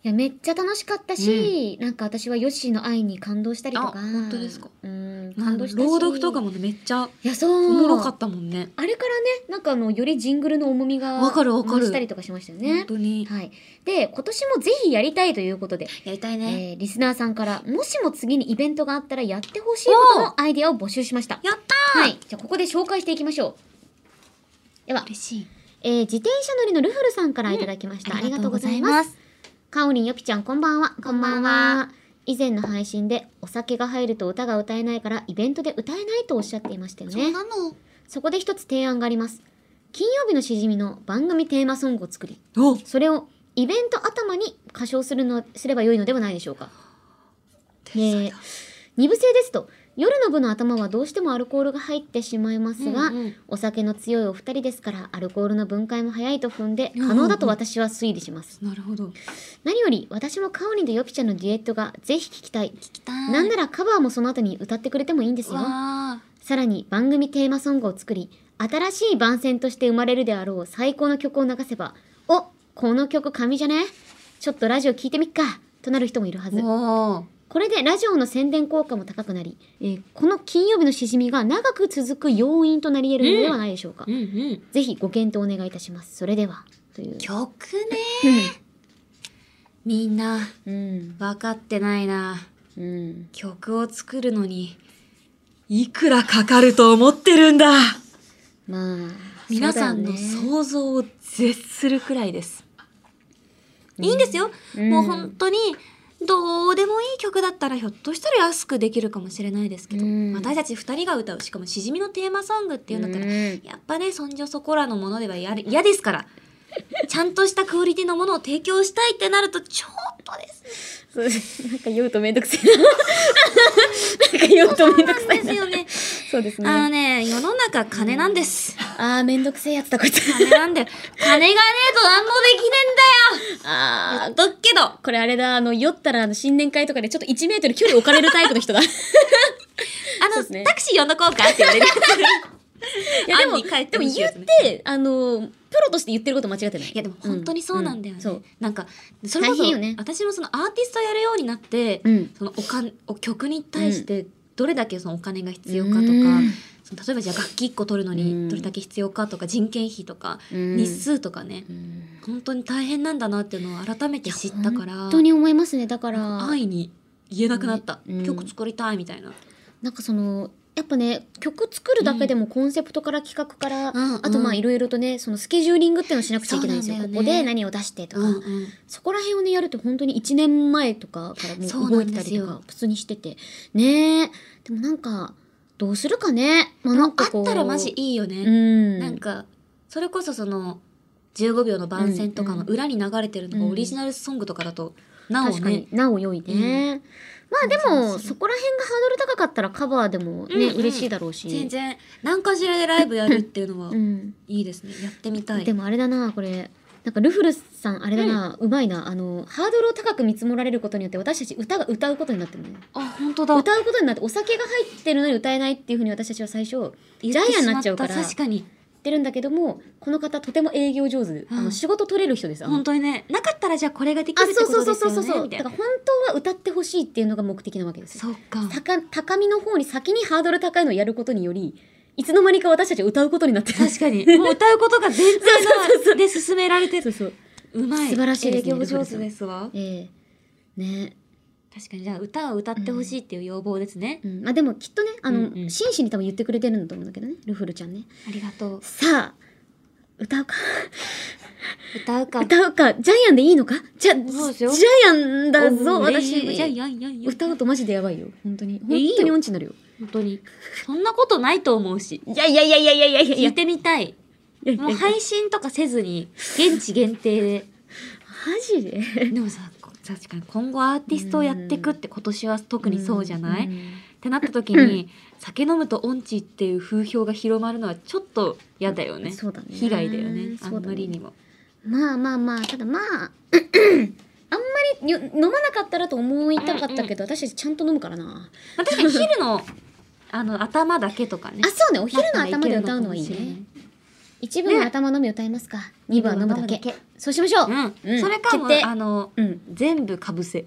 S2: や、めっちゃ楽しかったし、なんか私はヨッシーの愛に感動したりとか。
S1: あ本当ですか
S2: うん、
S1: な
S2: 感
S1: んだ
S2: 動
S1: ろ
S2: し
S1: う
S2: たし。
S1: 朗読とか。もねめっちゃ
S2: いや、そう。
S1: おもろかったもんね
S2: あれからね、なんかあの、よりジングルの重みが。
S1: わかるわかる
S2: 増したりとかしましたよ
S1: 本
S2: ね。
S1: 当に
S2: はい。で、今年もぜひやりたいということで、
S1: やりたいね
S2: えーリスナーさんから、もしも次にイベントがあったらやってほしいことのアイデアを募集しました。
S1: やったー
S2: はい。じゃあ、ここで紹介していきましょう。では、
S1: 嬉しい
S2: えー自転車乗りのルフルさんからいただきました、ありがとうございます
S3: す。
S2: かおりんよぴちゃんこんばんは
S3: こんばんは
S2: 以前の配信でお酒が入ると歌が歌えないからイベントで歌えないとおっしゃっていましたよ
S3: そう
S2: ね
S3: なの。
S2: そこで一つ提案があります金曜日のしじみの番組テーマソングを作り
S1: お
S2: それをイベント頭に歌唱するのすればよいのではないでしょうか。
S1: 天才
S2: えー二部制ですと夜の部の頭はどうしてもアルコールが入ってしまいますが、
S1: うんうん
S2: お酒の強いお二人ですからアルコールの分解も早いと踏んで可能だと私は推理します。
S1: なるほど。
S2: 何より私もカオリンとヨピちゃんのデュエットがぜひ聞きたい。
S3: 聞きたい。
S2: なんならカバーもその後に歌ってくれてもいいんですよ。
S3: わあ。
S2: さらに番組テーマソングを作り新しい番宣として生まれるであろう最高の曲を流せば「おこの曲神じゃねちょっとラジオ聞いてみっか」となる人もいるはず
S1: おお。
S2: これでラジオの宣伝効果も高くなり、えーこの金曜日のしじみが長く続く要因となり得るのではないでしょうか、
S1: うんうん。
S2: ぜひご検討お願いいたしますそれではという
S1: 曲ね。みんな、
S2: うん
S1: 分かってないな。
S2: うん
S1: 曲を作るのに、いくらかかると思ってるんだ
S2: まあ
S1: 皆さんの
S2: そうだよね
S1: 想像を絶するくらいです。いいんですよ、もう本当にどうでもいい曲だったらひょっとしたら安くできるかもしれないですけど、
S2: うん
S1: 私たち2人が歌うしかもしじみのテーマソングっていうんだったら、
S2: うん
S1: やっぱねそんじょそこらのものではやる嫌ですからちゃんとしたクオリティのものを提供したいってなるとちょっとですね
S2: そうなんか言うとめんどくせえな。なんか言うとめんどくさ
S1: で
S2: い
S1: す
S2: な。
S1: よね
S2: そうです
S1: あの
S2: ね。
S1: ね世の中金なんです
S2: あーめんどくせえやつだこいつ。
S1: 金なんで金がねえと何もできねえんだ
S2: あ
S1: よ言っとくけど
S2: ーこれあれだ、あの、酔ったらあの新年会とかでちょっと1メートル距離置かれるタイプの人だ。い
S1: あ
S2: そう
S1: の、
S2: ですね
S1: タクシー呼んどこうかって言われ るやつ
S2: やでも、
S1: 案に書い
S2: で
S1: て
S2: も
S1: ほしい
S2: 言
S1: や
S2: っ
S1: つね
S2: て、あの、プロとして言ってること間違ってない。
S1: いやでも本当にそうなんだよね。
S2: うんそう。
S1: なんかそれこ
S2: 大
S1: そ、
S2: 変よね
S1: 私もそのアーティストやるようになって、
S2: うん
S1: そのおかんお曲に対してどれだけそのお金が必要かとか、
S2: うん
S1: その例えばじゃあ楽器1個取るの
S2: うん
S1: にどれだけ必要かとか人件費とか、
S2: うん
S1: 日数とかね、
S2: うん
S1: 本当に大変なんだなっていうのを改めて知ったから、
S2: 本当に思いますね。だから、
S1: 安易に言えなくなった、
S2: うん
S1: 曲作りたいみたいな。
S2: なんかその、やっぱね、曲作るだけでもコンセプトから企画から、
S1: うんうん
S2: あとまあいろいろとね、そのスケジューリングっていうのをしなくちゃいけないんですよ。
S1: そうなん
S2: こ
S1: だ
S2: こ
S1: よね
S2: で何を出してとか。
S1: うんうん
S2: そこら辺をねやると本当に1年前とかからも
S1: そう
S2: う
S1: な
S2: 動
S1: んで
S2: いて
S1: すよ
S2: たりとか普通にしててねえでもなんかどうするかねまあなん
S1: あ
S2: かこ
S1: っ
S2: う
S1: たらマジいいよね。
S2: うん
S1: なんかそれこそその15秒の番宣とかの裏に流れてるのが
S2: うん
S1: オリジナルソングとかだとなお
S2: 確かに
S1: ね
S2: なお良いね、まあで
S1: そうそう
S2: も
S1: そう
S2: そこら辺がハードル高かったらカバーでもね、
S1: うんうん
S2: 嬉しいだろうし
S1: 全然何かしらでライブやるっていうのは
S2: うん
S1: いいですねやってみたい
S2: でもあれだなこれなんかルフルさんあれだな、うまいなあのハードルを高く見積もられることによって私たち歌が歌うことになってるのね
S1: あ本当だ
S2: 歌うことになってお酒が入ってるのに歌えないっていうふうに私たちは最初ジ
S1: 言
S2: ャ
S1: っ
S2: イ
S1: て
S2: アンになっちゃうから
S1: しまった確かに
S2: やってるんだけどもこの方とても営業上手、あ
S1: う
S2: の
S1: ん
S2: 仕事取れる人ですあの
S1: 本当にねなかったらじゃあこれができ
S2: あ
S1: るって
S2: そう
S1: こ
S2: そう
S1: と
S2: そう
S1: です
S2: そうそう
S1: よね
S2: そう
S1: みた
S2: だ
S1: いな
S2: から本当は歌ってほしいっていうのが目的なわけですよ
S1: そうか
S2: 高高みの方に先にハードル高いのをやることによりいつの間にか私たち歌うことになってる
S1: 確かにもう歌うことが全然ないで進められて
S2: そう
S1: る
S2: そう
S1: うまい
S2: 素晴らしいですね
S1: 営業上手ですわ
S2: ええね
S1: 確かにじゃあ歌は歌ってほしいっていう要望ですね
S2: うん、まあでもきっとねあの、
S1: うんうん
S2: 真摯に多分言ってくれてるんだと思うんだけどねルフルちゃんね
S1: ありがとう
S2: さあ歌うか
S1: 歌うか
S2: 歌うかジャイアンでいいのかじゃジ
S1: そうですよ
S2: ャイアンだぞ
S1: おー
S2: 私
S1: えーじゃあやんやんやん
S2: 歌うとマジでやばいよ本当に本
S1: えいいよ
S2: 当に音痴になるよ
S1: 本当にそんなことないと思うし
S2: いやいやいやいやいやいやいやい
S1: 聞
S2: や
S1: いてみたい
S2: いや
S1: もう配信とかせずに現地限定で
S2: マジで
S1: でもさこ確かに今後アーティストをやっていくって今年は特にそうじゃない、
S2: うん
S1: ってなった時 に酒飲むと音痴っていう風評が広まるのはちょっと嫌だよね
S2: そうだね
S1: 被害だよね
S2: そ
S1: あ
S2: うだ
S1: ん
S2: ね
S1: まりにも
S2: まあまあまあただまああんまりよ飲まなかったらと思いたかったけど、私たちちゃんと飲むからな
S1: まあ確かに昼のあの頭だけとかね
S2: あそうねお昼の
S1: だったら
S2: 頭で歌うのはいい
S1: けるかもしれな
S2: ね一部の
S1: ね
S2: 頭のみ歌いますか二部は飲むだけ
S1: 二部は飲む
S2: そうしましょう、
S1: うん、それかも
S2: 決定
S1: あの、
S2: うん
S1: 全部かぶせ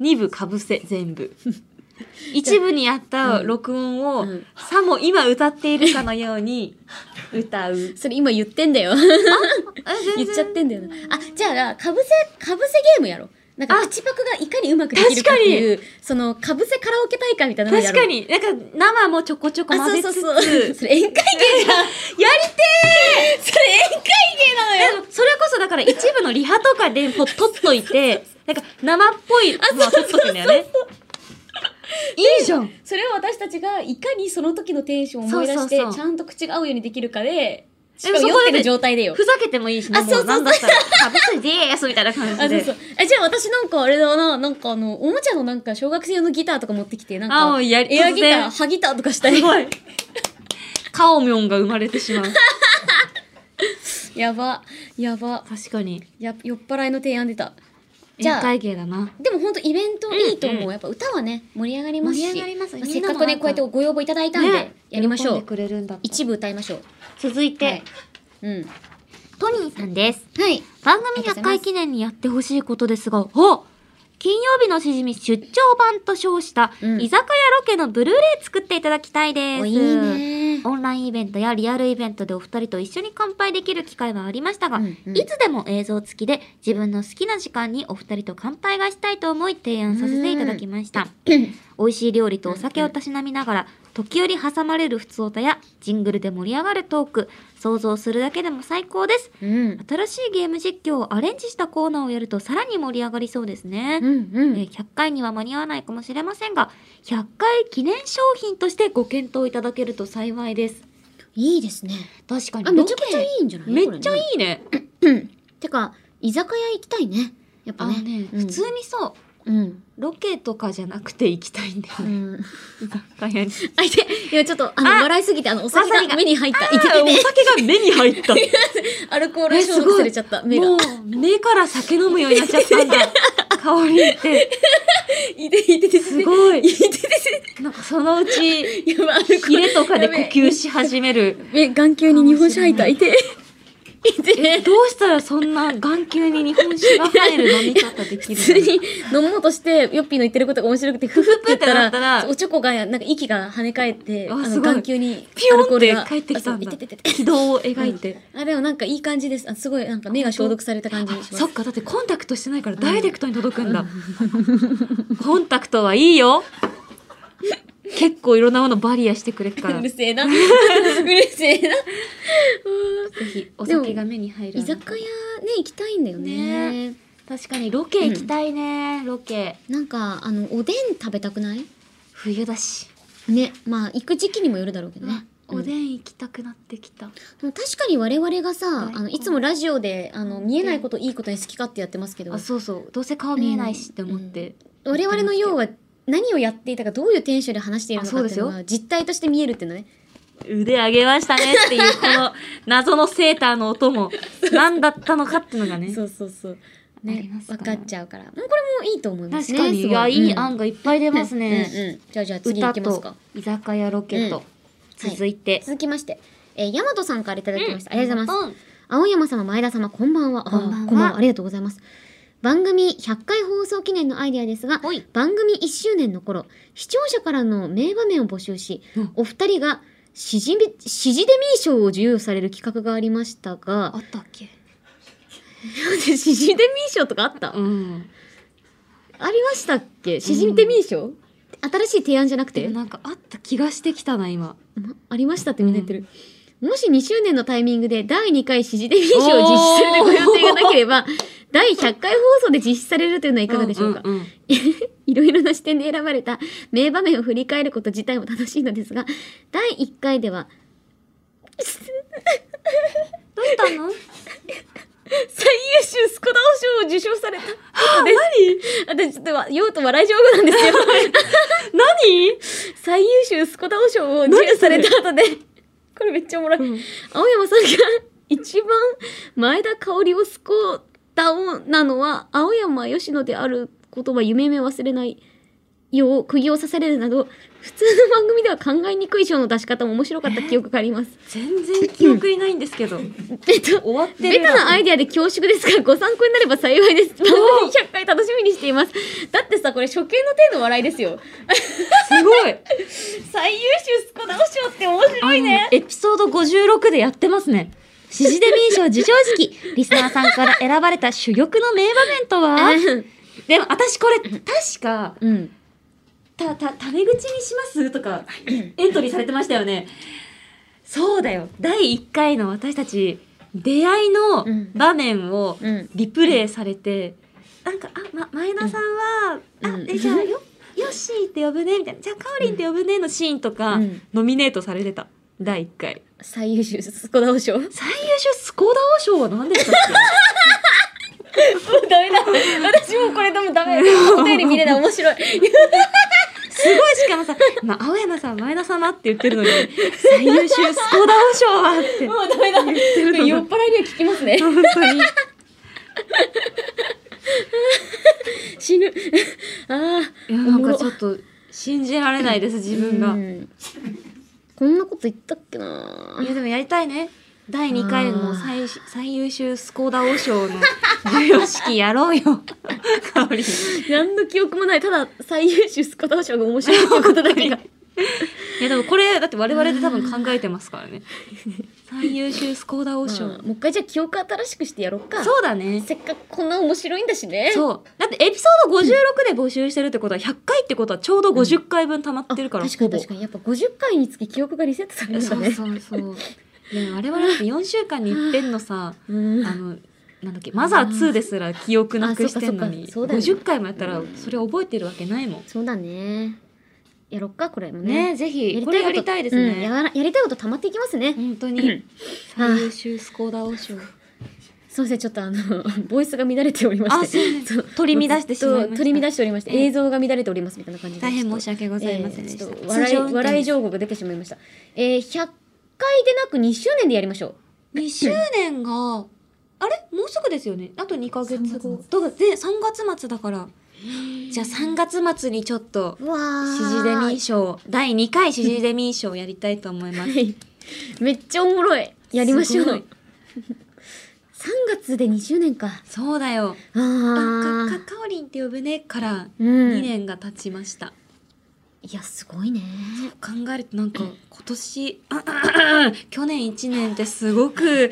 S1: 2部かぶせ全 部一部にあった録音を、
S2: うん
S1: さも今歌っているかのよう に歌うえ
S2: それ今 言ってんだよ言っちゃってんだよなあじゃあかぶせかぶせゲームやろなんか
S1: あ
S2: 口パクがいかにうまくできるかっていうそのかぶせカラオケ大会みたいなのをや
S1: 確
S2: ろ
S1: か
S2: う
S1: に、なんか生もちょこちょこ
S2: あ
S1: 混
S2: そ
S1: ぜ
S2: うそ
S1: つ
S2: う
S1: つ、
S2: そうそれ宴会 芸じゃんやりてーそれ宴会芸なの
S1: で
S2: よ
S1: もそれこそだから一部のリハとかでほっとっといて、なんか生っぽいのは取っとくんだよね。いいじゃん。
S2: それを私たちがいかにその時のテンションを思い出して
S1: そうそうそう
S2: ちゃんと口が合うようにできるかでし
S1: で
S2: か
S1: も
S2: も酔
S1: そ
S2: っ
S1: こ
S2: て
S1: で
S2: る状態でよ
S1: ふざけてもいいしね、
S2: あ
S1: も
S2: そうそう
S1: うなんだったら、かぶせでーすみたいな感
S2: あ
S1: じで
S2: そうそう。えじゃあ私なんかあれだななんかあのおもちゃのなんか小学生用のギターとか持ってきてなん
S1: あ、も
S2: か
S1: うやり、
S2: エアギター
S1: 突
S2: 歯ギターとかした
S1: 然
S2: り
S1: すごい。カオミョンが生まれてしまう。
S2: やばやば
S1: 確かに。
S2: や酔っ払いの提案出たじ
S1: 宴
S2: ゃあ
S1: 会芸だな。
S2: でも本当イベントいいと思
S1: う
S2: う、
S1: んうん
S2: やっぱ歌はね盛り上がりますし
S3: 盛り上がります
S2: あ
S3: みんなも
S2: せっかく
S3: な
S2: ね
S3: ん
S2: こう
S3: か
S2: やってご要望いただいたんで、
S1: ね
S2: やりまし
S1: 喜
S2: ょ
S1: ん
S2: う
S1: でくれるんだった
S2: 一部歌いましょう
S1: 続いて、
S2: はいうん
S1: トニーさんです。
S2: はい
S1: 番組100回記念にやってほしいことですが、お金曜日のしじみ出張版と称した、
S2: うん
S1: 居酒屋ロケのブルーレイ作っていただきたいです。
S2: おいいね
S1: オンラインイベントやリアルイベントでお二人と一緒に乾杯できる機会はありましたが、
S2: うんうん
S1: いつでも映像付きで自分の好きな時間にお二人と乾杯がしたいと思い提案させていただきました。美味しい料理とお酒をたしなみながら、時折挟まれる普通歌やジングルで盛り上がるトーク、想像するだけでも最高です。
S2: うん
S1: 新しいゲーム実況をアレンジしたコーナーをやるとさらに盛り上がりそうですね、
S2: うんう
S1: え
S2: ん
S1: ー100回には間に合わないかもしれませんが100回記念商品としてご検討いただけると幸いです
S2: いいですね
S1: 確か
S2: あめちゃくちゃいいんじゃない
S1: めっちゃい
S2: い
S1: いね
S2: てか居酒屋行きたいねやっぱ
S1: あの
S2: ね
S1: ね、
S2: うん
S1: 普通にそう
S2: うん
S1: ロケとかじゃなくて行きたいんだよ
S2: う
S1: ね、
S2: ん
S1: 大変
S2: あいていやちょっとあの
S1: あ
S2: 笑いすぎてあのお酒
S1: わさび
S2: が
S1: が
S2: 目に入ったいて
S1: あーお
S2: て
S1: 酒が目に入った
S2: てアルコール
S1: え
S2: 消
S1: す
S2: 毒
S1: ごい
S2: されちゃった目が
S1: もう目から酒飲むようになっちゃったんだ香りって
S2: いていてて
S1: すごい
S2: いてて
S1: なんかそのう ち
S2: てやばいアルコール
S1: ヒレとかで呼吸し始める
S2: え、眼球に日本酒入った。
S1: かも
S2: いて。いて。
S1: どうしたらそんな眼球に日本酒が入る飲み方でき
S2: 普通
S1: るの
S2: に飲もうとして、ヨッピーの言ってることが面白くて、ふふって言った
S1: ふふってなった
S2: ら、
S1: ら
S2: おちょこが、なんか息が跳ね返って、
S1: あ
S2: あ
S1: す
S2: の
S1: ごい
S2: 眼球に
S1: ピヨンっ
S2: アルコールが
S1: て帰ってきたんだ
S2: あそういてててて
S1: 軌道を描いて、
S2: あ、でもなんかいい感じです。あ、すごい、なんか目が消毒された感じ
S1: あ
S2: にします。
S1: そっかだってコンタクトしてないからダイレクトに届くんだ、 コンタクトはいいよ結構いろんなものバリアしてくれるから
S2: うる
S1: ぜ
S2: せえな。うるせえな。
S1: ひお酒が目に入る
S2: 居酒屋ね、行きたいんだよね。
S1: 確かにロケ行きたいね、ロケ
S2: なんか、あの、おでん食べたくない
S1: 冬だし、
S2: ね。まあ、行く時期にもよるだろうけどね。
S1: おで
S2: うん
S1: 行きたくなってきた、
S2: でも確かに我々が
S1: 大
S2: さ
S1: 根
S2: あのいつもラジオであの見えないことをいいことに好き勝手やってますけど
S1: あそうそうどうせ顔見えないしって思って、
S2: 我々の要は何をやっていたかどういうテンションで話しているのかっていうの
S1: あそう
S2: が実態として見えるっていうのね
S1: 腕上げましたねっていう、この謎のセーターの音 も、何だったのかっていうのがね。
S2: そうそうそ
S1: あ
S2: う
S1: り
S2: ね
S1: ますか
S2: 分
S1: ら
S2: かっちゃうからもうこれもいいと思います
S1: 確
S2: ね
S1: かに、いや、いい案
S2: が
S1: がいっぱい出ます
S2: うん
S1: ね。
S2: うんじゃあじゃあ次行
S1: 歌
S2: きますか
S1: と、居酒屋ロケ
S2: うん
S1: と、
S2: はい
S1: 続いて。
S2: 続きましてえー、大和さんからいただきました、
S1: うん
S2: ありがとうございます
S1: ん
S2: 青山様前田様こんばんはあ
S1: こんばんは
S2: こんばんはありがとうございます番組100回放送記念のアイデアですが
S1: おい。
S2: 番組1周年の頃視聴者からの名場面を募集し、
S1: うん
S2: お二人が支持デミー賞を授与される企画がありましたが
S1: あったっけ
S2: シジデミー賞とかあった、
S1: うん。
S2: ありましたっけシジデミー賞、新しい提案じゃなく
S1: で
S2: て、
S1: もなんかあった気がしてきたな、今。
S2: まありましたってみんな言ってる、もし2周年のタイミングで第2回シジデミー賞を実施するご予定がなければ第100回放送で実施されるというのはい
S1: い
S2: かがでしょうか、
S1: んん
S2: いろいろな視点で選ばれた名場面を振り返ること自体も楽しいのですが、第1回では、
S1: どうしたの
S2: 最優秀スコダオ賞を受賞された。何私ちょっとわ酔うと笑い上手なんです よ。
S1: 何
S2: 最優秀スコダオ賞を受賞された後で、これめっちゃおもろい。青山さんが一番前田香織をスコダオなのは青山吉野であることは夢め忘れない。よう釘を刺されるなど普通の番組では考えにくい賞の出し方も面白かった記憶があります
S1: 全然記憶にないんですけど。
S2: えっと、
S1: 終わってる
S2: ベタなアイデアで恐縮ですが、ご参考になれば幸いです。 番組100回楽しみにしています。だってさ、これ初見の程度笑いですよ。
S1: すごい
S2: 最優秀スコダオ賞って面白いね
S1: あ。のエピソード56でやってますね。シ ジデミー賞授賞式。リスナーさんから選ばれた珠玉の名場面とは
S2: うん
S1: でも私これ確か
S2: うん。
S1: たたタメ口にしますと かエントリーされてましたよねそうだよ第1回の私たち出会いの
S2: うん
S1: 場面を
S2: うん。
S1: リプレイされて、なんかあ、ま、前田さんは「
S2: うん
S1: あ
S2: う
S1: え
S2: ん
S1: じゃあよよっしーって呼ぶね」みたいな「じゃあかおりんって呼ぶね」のシーンとか、
S2: うん
S1: ノミネートされてた第1回
S2: 最優秀スコダオ賞。
S1: 最優秀スコーダ王賞は何でしたっけ
S2: ダメだ。私もうこれでもダメ。お便り見れない面白い。
S1: すごいしかもさ、まあ、青山さん前田様って言ってるのに最優秀スコーダ王賞はって
S2: もうダメだ。酔っ払い
S1: てるの
S2: には聞きますね。
S1: 本当に。
S2: 死ぬ。ああ。
S1: いやなんかちょっと信じられないです自分が、
S2: うんこんなこと言ったっけない
S1: やでもやりたいね第2回の最最優秀スコーダ王賞の授与式やろうよ香りい
S2: 何の記憶もないただ最優秀スコダオ賞が面白いっていうことだけが
S1: やでもこれだって我々で多分考えてますからね最優秀スコーダ王賞、
S2: まあもう一回じゃあ記憶新しくしてやろうか
S1: そうだね
S2: せっかくこんな面白いんだしね
S1: そうだってエピソード56で募集してるってことは100回ってことはちょうど50回分溜まっ
S2: あ
S1: てるから、
S2: 確かに
S1: ほぼ
S2: 確かにやっぱ50回につき記憶がリセットされるんだね
S1: そうそうそうね我々だって4週間に一遍のさ
S2: うん
S1: あのなんだっけマザー2ですら記憶なくしてんの
S2: あ
S1: に、
S2: そっかそっかそうだよ
S1: 50回もやったらそれ覚えてるわけないもん。
S2: そうだねやろっかこれも
S1: ね
S2: ね
S1: ぜ
S2: や
S1: ひ
S2: り
S1: こ
S2: た
S1: れ
S2: いこ
S1: や
S2: と
S1: りたいです
S2: うん
S1: ね。
S2: やらやりたいこと溜まっていきますね
S1: 本当
S2: うん
S1: に最優秀スコーダ王賞。
S2: すいませんちょっとあのボイスが乱れておりまし
S1: あ
S2: て
S1: そうです
S2: そう
S1: 取り乱してしまいました
S2: ずっと取り乱しておりまして
S1: ええ
S2: 映像が乱れておりますみたいな感じで
S1: 大変申し訳
S2: 訳
S1: ございませんでした。
S2: 笑い
S1: 通常運転です
S2: 笑い情報が出てしまいましたえー、100回でなく2周年でやりましょう
S1: 2周年があれもうすぐですよね。あと2ヶ月後だ
S2: 3。
S1: からで3月末だから。じゃあ3月末にちょっと
S2: うわー
S1: シジデミー賞第2回シジデミー賞やりたいと思います。
S2: はい めっちゃおもろいやりましょう
S1: すご
S2: 3
S1: い
S2: 月で2周年か
S1: そうだよ。
S2: あー
S1: かかかおりんって呼ぶねから
S2: うん
S1: 2年が経ちました、
S2: いやすごいね
S1: 考えるとなんか今年 あああ去年1年ってすご く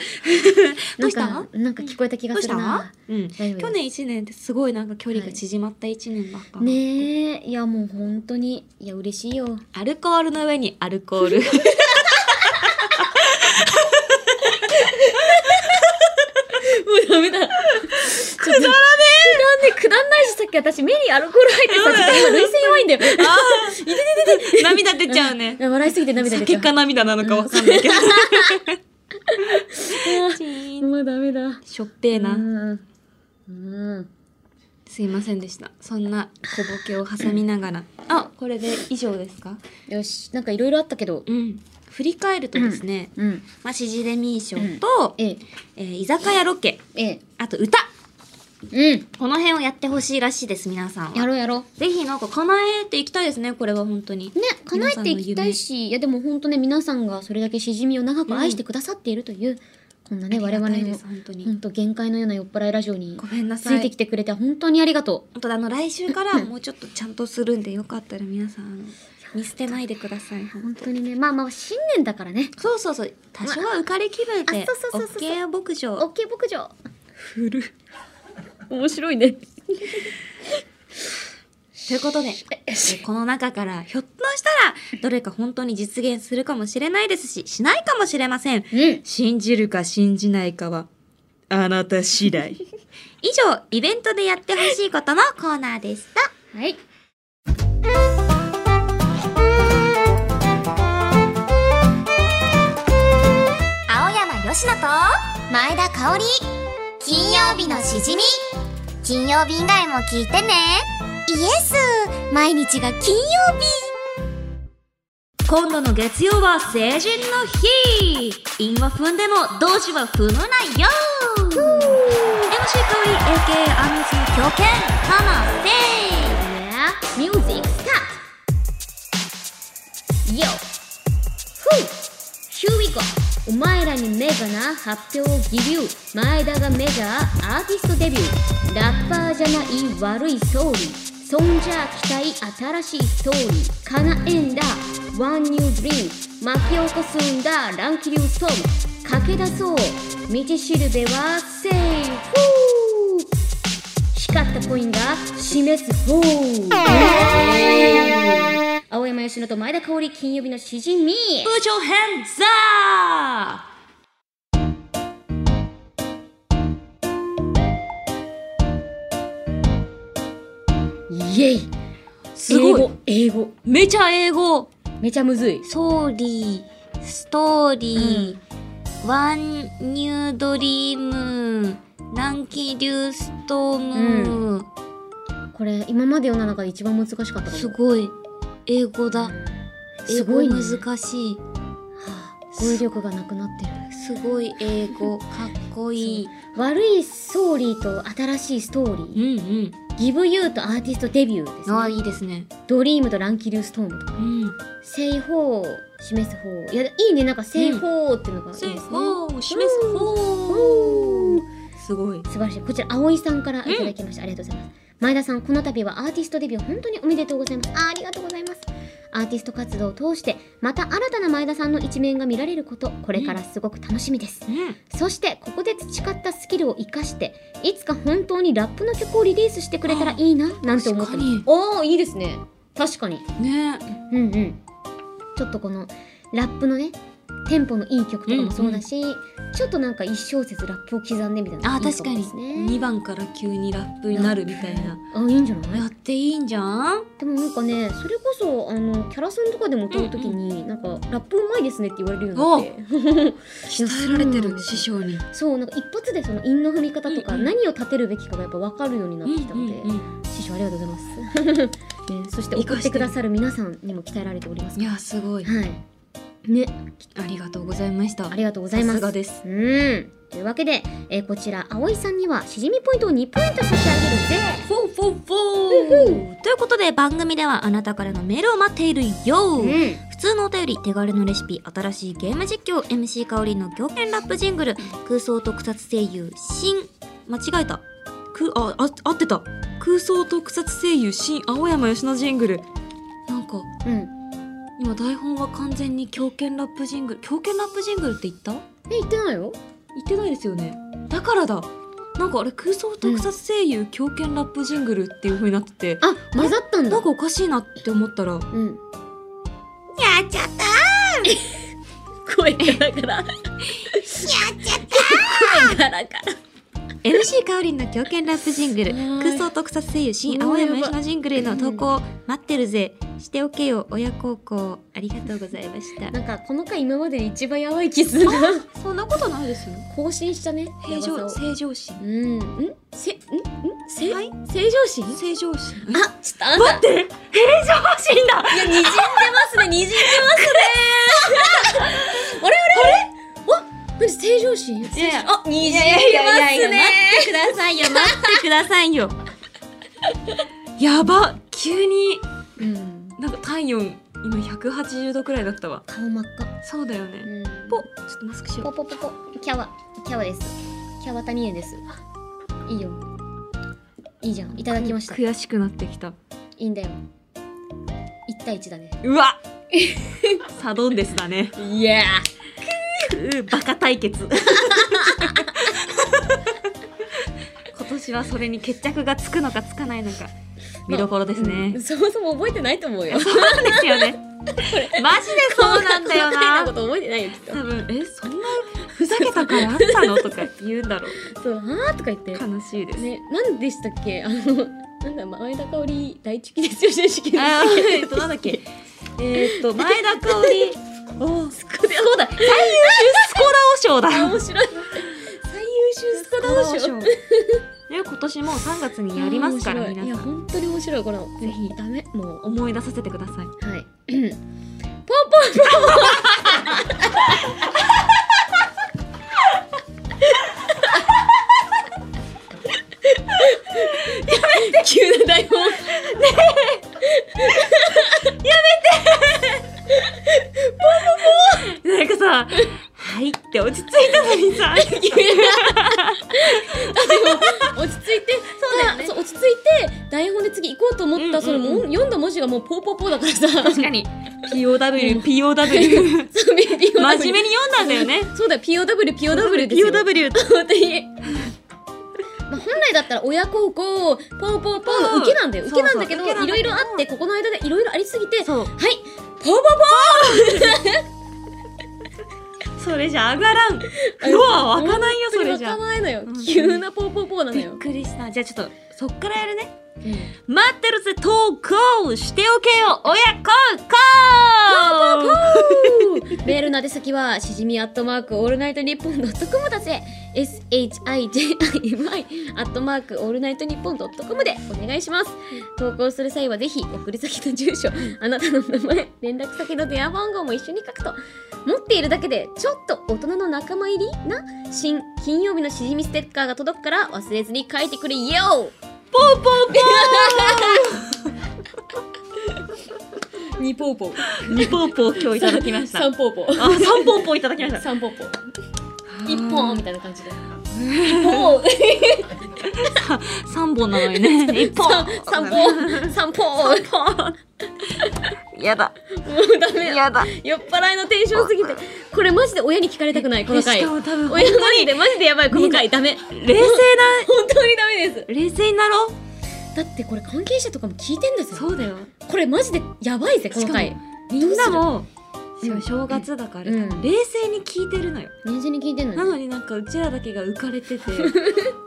S1: どうした
S2: な
S1: ど
S2: んかなんか聞こえた気が
S1: う
S2: す
S1: し
S2: る
S1: た
S2: な
S1: うん、去
S2: 大丈夫です
S1: 年1年ってすごいなんか距離が縮まった1年だった、
S2: ねえいやもう本当にいや嬉しいよ
S1: アルコールの上にアルコー ル
S2: もうダメだ。くだらねえくだんねえくだんないし、さっき私目にアルコール入ってさ、ちょっと今涙腺弱いんだよ。
S1: 涙出ちゃうね
S2: 笑いすぎて涙出ちゃ
S1: 酒
S2: う。
S1: か涙なのかわかんないけ どチーン
S2: もうダメだ。
S1: しょっぺーな、
S2: うん。うん。
S1: すいませんでしたそんな小ボケを挟みながらあこれで以上ですか
S2: よし、なんかいろいろあったけど。
S1: うん、振り返るとですね、
S2: うん。
S1: まあ、シジデミー賞と、
S2: ええ、
S1: えー居酒屋ロケ
S2: え
S1: あと歌
S2: え。うん。
S1: この辺をやってほしいらしいです皆さん
S2: や
S1: は
S2: ろうやろう。
S1: ぜひなんか叶えていきたいですねこれは本当に
S2: ね、叶えていきたいし、いやでも本当ね、皆さんがそれだけしじみを長く愛してくださっているという、こんなね、我々
S1: ありがたいで
S2: の
S1: す、本当に
S2: 本当限界のような酔っ払いラジオに
S1: ごめんな
S2: つ
S1: さい
S2: いてきてくれて本当にありがと。
S1: 本当だあの来週からもうちょっとちゃんとするんでよかったら皆さんあの見捨てないでくださいう
S2: 本当にね、まあまあ、新年だからね。
S1: そうそうそう多少は浮かれ気分で
S2: あそうそうそうそう
S1: OK 牧
S2: オッ
S1: 場
S2: ケー牧場。
S1: 振る
S2: 面白いね。
S1: ということでこの中からひょっとしたらどれか本当に実現するかもしれないですししないかもしれません
S2: うん。
S1: 信じるか信じないかはあなた次第 以上イベントでやってほしいことのコーナーでした
S2: はい。
S3: 青山よしと前田香織金曜日のしじみ金曜日以外も聞いてねイエス毎日が金曜
S1: 今度の月曜は成人の日韻は踏んでも同時は踏むなよ MC 香り AKA アミスの狂犬ハマセイ
S2: ミュージックスタート !Yo! ふう !Here we go! お前らにメジャーな発表をギリュー前田がメジャーアーティストデビューラッパーじゃない悪いストーリーそんじゃ期待新しいストーリー叶えんだワンニュードリーム巻き起こすんだ乱気流ストーム駆け出そう道しるべはセーフ光勝ったコインが示す方青山吉野と前田香織金曜日のしじみ
S1: Put your hands up!
S2: イエイ
S1: すごい
S2: 英語英語
S1: めちゃ英語
S2: めちゃむずい
S1: ソーリー、ストーリー、ワンニュードリーム、南気流ストーム、
S2: これ今まで読んだ中で一番難しかったかも
S1: すごい。英語だ。英
S2: すご
S1: 語
S2: いね
S1: 難しい。
S2: 語彙力がなくなってる
S1: すごい英語、かっこいい。
S2: 悪いストーリーと新しいストー
S1: うんう
S2: リ
S1: ん。
S2: ーギブユーとアーティストデビューです、
S1: ああ、
S2: ね、
S1: いいですね。
S2: ドリームとランキリューストームとか
S1: うん。
S2: 正方を示す方いやいいねなんか正方っていうのがいいですね、
S1: ほう、示す
S2: う
S1: ほ
S2: ん
S1: う。すごい。
S2: 素晴らしいこちら葵さんからいただきました、ありがとうございます前田さんこの度はアーティストデビュー本当におめでとうございますあありがとうございますアーティスト活動を通してまた新たな前田さんの一面が見られることこれからすごく楽しみです、
S1: うん。
S2: そしてここで培ったスキルを生かしていつか本当にラップの曲をリリースしてくれたらいいななんて思っ
S1: 確
S2: てます
S1: かに
S2: おーいいですね確かに
S1: ね
S2: うんうんちょっとこのラップのねテンポのいい曲とかもそうだし、ちょっとなんか一小節ラップを刻んでみたいな
S1: あ
S2: の
S1: あ、
S2: もいい
S1: 確
S2: か
S1: か
S2: も
S1: に。
S2: ですね
S1: 2番から急にラップになるみたいな。
S2: あいいんじゃない
S1: やっていいんじゃん
S2: でもなんかねそれこそあのキャラソンとかでも歌う時に、なんかラップうまいですねって言われるようになって
S1: 鍛えられて
S2: い
S1: る
S2: や
S1: 師匠に。
S2: そうなんか一発でその韻の踏み方とか、
S1: うんうん
S2: 何を立てるべきかがやっぱ分かるようになってきたので、
S1: うんうん
S2: 師匠ありがとうござい ます、ね、そして
S1: 生か
S2: 送っ
S1: してて
S2: くださる皆さんにも鍛えられております
S1: うんいやすごい。
S2: はいね
S1: ありがとうございました。
S2: ありがとうございます
S1: さすがです。
S2: うんというわけで、えーこちら葵さんにはしじみポイントを2ポイント差し上げるぜ
S1: フォーフォーフォーということで番組ではあなたからのメールを待っているよ、
S2: うん
S1: 普通のお便り手軽のレシピ新しいゲーム実況 MC 香りの狂犬ラップジングル空想特撮声優新間違えたくああ合ってた空想特撮声優新青山吉野ジングルなんか
S2: うん
S1: 今台本は完全に狂犬ラップジングル狂犬ラップジングルって言った
S2: え言ってないよ
S1: 言ってないですよねだからだなんかあれ空想特撮声優狂犬ラップジングルっていう風になってて、
S2: あ混ざったんだ
S1: なんかおかしいなって思ったら
S2: うん
S3: やっちゃった
S2: 声ガラガラ
S3: やっちゃった
S2: ガラガラ
S1: MC かおりんの狂犬ラップジングル
S2: うわー
S1: 空想特撮声優新
S2: うわ
S1: 青
S2: ー
S1: 山
S2: やば
S1: 吉野ジングルへの投稿待ってるぜしておけよ親孝行ありがとうございました
S2: なんかこの回今までで一番やばい気するな
S1: そんなことないですよ
S2: 更新したね
S1: 平
S2: や
S1: 常
S2: ばさを
S1: 正常心
S2: うん、ん、せ、ん、ん、せ、
S1: はい
S2: 正常心。
S1: 正常心
S2: あ、ちょっとあんた、
S1: 待って平常心だ
S2: いや、滲んでますね、滲んでますね。あれあれあれ、お、なに正常心。
S1: いやいや
S2: あ、滲んでますね。
S1: 待ってくださいよ待ってくださいよやば急に
S2: うん、
S1: なんか体温今180度くらいだったわ
S2: 顔真っ赤。
S1: そうだよね
S2: うん、
S1: ぽちょっとマスクしよ
S2: ぽぽぽぽ、キャワ、キャワです。キャワタニエです。いいよ。いいじゃん、いた
S1: う
S2: だきました。い
S1: 悔しくなってきた
S2: いんだよ。一対一だね。
S1: う わサドンデスだね
S2: いや
S1: うバカ対決 今年はそれに決着がつくのかつかないのか見どころですね、
S2: そもそも覚えてないと思うよ。
S1: そうなんですよねマジでそうなんだよな
S2: と覚えてないよ、きっと
S1: 多分えそんなふざけたからあったのとか言うんだろう
S2: そう、はーとか言って。
S1: 悲しいです、
S2: ね、なんでしたっけ、あの、なんだ、前田香織、大チキですよ、正式で
S1: あー えっとなんだっけえーっと前田香織 おスコダそうだ最優秀スコダオ賞だ
S2: あ、面白い。最優秀スカダオ賞。
S1: ね今年もう3月にやりますから
S2: あー面白いい
S1: 皆さ
S2: や、
S1: ん
S2: 本当に面白い、これ、ぜひ、ダメ、もう、
S1: 思い出させてください
S2: はい。ポンポンポン。やめて、急な台本。ね
S1: なんかさ「はい」って落ち着いたのにさ
S2: 落ち着いて
S1: そうだよね
S2: たそう落ち着いて台本で次行こうと思った、
S1: うんうんうん
S2: そのもん読んだ文字がもうポーポーポーだからさ
S1: 確かに POW POW
S2: そうメディオ
S1: 真面目に読んだんだよね
S2: そうだよ POW POW ですよ
S1: POW
S2: 本当にまあ、本来だったら親孝行ポーポーポーの受けなんだよ、
S1: うん
S2: 受けなんだけど
S1: そうそう
S2: いろいろあってここの間でいろいろありすぎてはい
S1: そう
S2: ポーポーポ
S1: それじゃ上がらんフロア
S2: ー
S1: 開かないよそれじ
S2: 開
S1: ゃ
S2: かないのよ、
S1: うん
S2: 急なポーポーポーなの
S1: びっ
S2: よ、
S1: くりしたじゃあちょっとそっからやるね
S2: うん
S1: 待ってるぜ投稿しておけよ親孝行
S2: メールの宛先はしじみアットマークオールナイトニッポンドットコムだぜ SHIJIMI アットマークオールナイトニッポンドットコムでお願いします投稿する際はぜひ送り先の住所あなたの名前連絡先の電話番号も一緒に書くと持っているだけでちょっと大人の仲間入りな新金曜日のしじみステッカーが届くから忘れずに書いてくれよ
S1: ポーポーポ
S2: 2ポーポー
S1: ー二ポーポー今日いただきましたあ
S2: 3ポーポー
S1: 三ポーポーいただきました
S2: 3ポーポー1本みたいな感じで
S1: 三本なのに ね一本
S2: 散歩散歩
S1: やだ
S2: もう ダメ
S1: やだ
S2: 酔っ払いのテンションすぎてこれマジで親に聞かれたくないこの
S1: し
S2: 回
S1: かも多分
S2: 親の前でマジでやばいこの回ダメ
S1: 冷静だ
S2: 本当にダメです
S1: 冷静になろう
S2: だってこれ関係者とかも聞いてんだぜ
S1: そうだよ
S2: これマジでやばいぜこの
S1: し
S2: 回
S1: かみんなも
S2: する
S1: しかも正月だから、
S2: うん
S1: 多分冷静に聞いてるのよ、
S2: 年中に聞いてん
S1: な
S2: のに
S1: のになんかうちらだけが浮かれ てて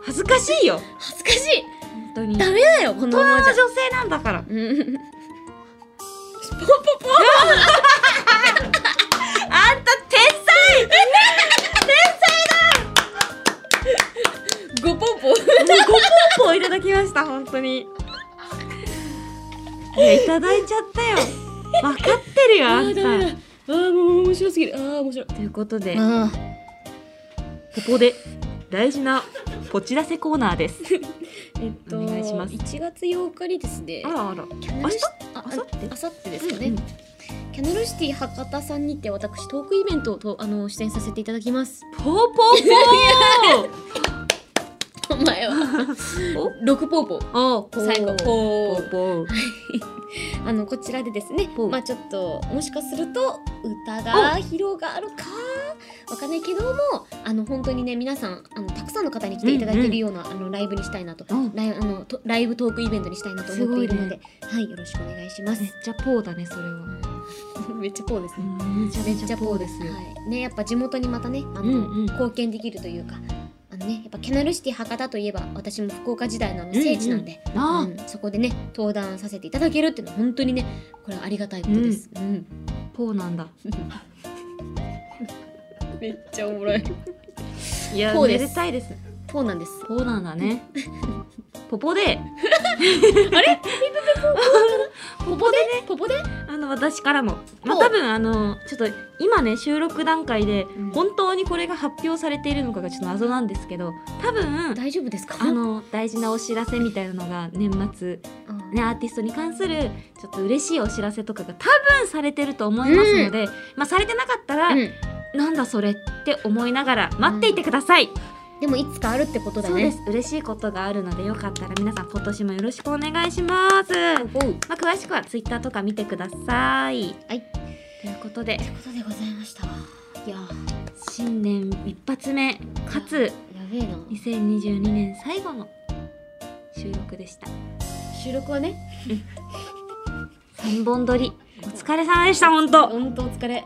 S1: 恥ずかしいよ
S2: 恥ずかしい
S1: 本当に
S2: ダメだよこ
S1: 大
S2: の
S1: 人の
S2: まま
S1: 女
S2: じゃ
S1: 性なんだから
S2: うん
S1: あんた天才
S2: ごぽんぽ
S1: ごポンポンいただきました本当にいやいただいちゃった よ分かってるよあんた
S2: あーもう面白すぎるあー面白い
S1: ということで
S2: あ
S1: ここで大事なポチ出せコーナーです
S2: ーえっと
S1: お願いします
S2: 1月8日にですね
S1: あらあら
S2: キャナ
S1: 明
S2: ル
S1: 日
S2: シあ
S1: 明後日
S2: あさってですかね、
S1: うんうん
S2: キャナルシティ博多さんにて私トークイベントをとあの出演させていただきます
S1: ポーポー
S2: お前は
S1: ポー
S2: 六ポーポー
S1: おお
S2: 最後
S1: ポ
S2: ポ
S1: ー
S2: ー
S1: ポー
S2: あのこちらでですね
S1: ポー
S2: まあちょっともしかすると歌が披露があるかわかんないけどもあの本当にね皆さんあのたくさんの方に来ていただけ
S1: うんう
S2: る
S1: ん
S2: ような、あのライブにしたいなと、
S1: うん
S2: ライあのとライブトークイベントにしたいなと思っているの
S1: すご
S2: で、
S1: い
S2: はいよろしくお願いします
S1: めっちゃポーだねそれは
S2: めっちゃポーですね
S1: めちゃ
S2: め
S1: め
S2: っち
S1: ち
S2: ゃ
S1: ゃ
S2: ポ
S1: ポ
S2: ー
S1: ー
S2: で
S1: ですすよ
S2: はい、ねやっぱ地元にまたねあの、
S1: うんうん
S2: 貢献できるというかあのねやっぱキャナルシティ博多といえば私も福岡時代のあの聖地なんで、
S1: あ
S2: うんそこでね登壇させていただけるっていうのは本当にねこれはありがたいことです、うん
S1: ポーなんだ
S2: めっちゃおもろい
S1: いや
S2: ポーで
S1: め
S2: す
S1: でたいです
S2: そうなんです
S1: ポーなんだねポポで
S2: あれ
S1: ポポで
S2: ポポで
S1: あの私からもまあ
S2: ポー
S1: 多分あのちょっと今ね収録段階で
S2: ん
S1: 本当にこれが発表されているのかがちょっと謎なんですけど多分
S2: 大丈夫ですか
S1: あの大事なお知らせみたいなのが年末
S2: うん
S1: ね、アーティストに関するちょっと嬉しいお知らせとかが多分されてると思いますので、まあ、されてなかったら、
S2: うん
S1: なんだそれって思いながら待っていてください、
S2: でもいつかあるってことだ
S1: そうで
S2: ね
S1: す嬉しいことがあるのでよかったら皆さん今年もよろしくお願いします、ま
S2: おう
S1: あ、詳しくはツイッターとか見てください
S2: はい
S1: ということで
S2: ということでございましたいや
S1: 新年一発目かつ
S2: やべえな
S1: 2022年最後の収録でした
S2: 収録はね
S1: 3本撮りお疲れ様でした本当
S2: 本当お疲れ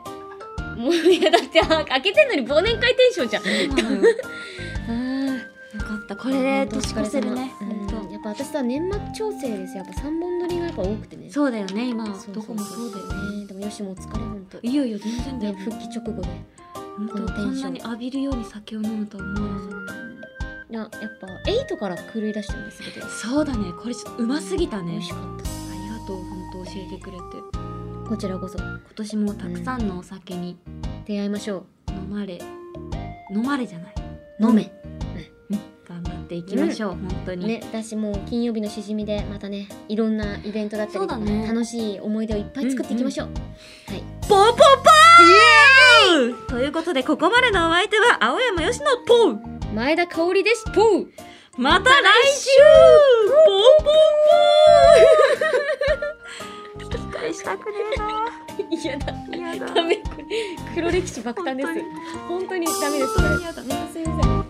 S2: もういやだってあ開けてんのに忘年会テンションじゃんあ
S1: よかったこれで年越せるね本
S2: やっぱ私さ年末調整ですよやっぱ三本撮りがやっぱ多くてね
S1: 当そうだよね今は
S2: そう
S1: どこもそうだよね
S2: ねでもよしもう疲れ本当
S1: いよいよ全然だ
S2: ね
S1: よ
S2: 復帰直後で
S1: 本
S2: この
S1: 当こ
S2: テン
S1: ん
S2: ショ
S1: な
S2: ン
S1: に浴びるように酒を飲むとは思わなかっ
S2: いややっぱエイトから狂い出したんですけど
S1: たそうだねこれちょっとうますぎた
S2: 美
S1: ね
S2: 味しかっ
S1: ありがとう本当教えてくれて
S2: たこちらこそ
S1: 今年もたくさんのお酒に
S2: 出会いましょ
S1: 飲まれ飲まれじゃないう
S2: 飲め
S1: 頑張っていきましょう本当に
S2: ね私もう金曜日のしじみでまたねいろんなイベントだったりとか
S1: そうだね
S2: 楽しい思い出をいっぱい作っていきましょうはい
S1: ポーポーポーイエーイということでここまでのお相手は青山よしのポー
S2: 前田香織ですポ ー
S1: また来週 ポーポーポー聞き返したくね
S2: いやだ
S1: えな嫌だ
S2: ダメこれ黒歴史爆誕です本当にダメですこれ
S1: 嫌だ
S2: すいません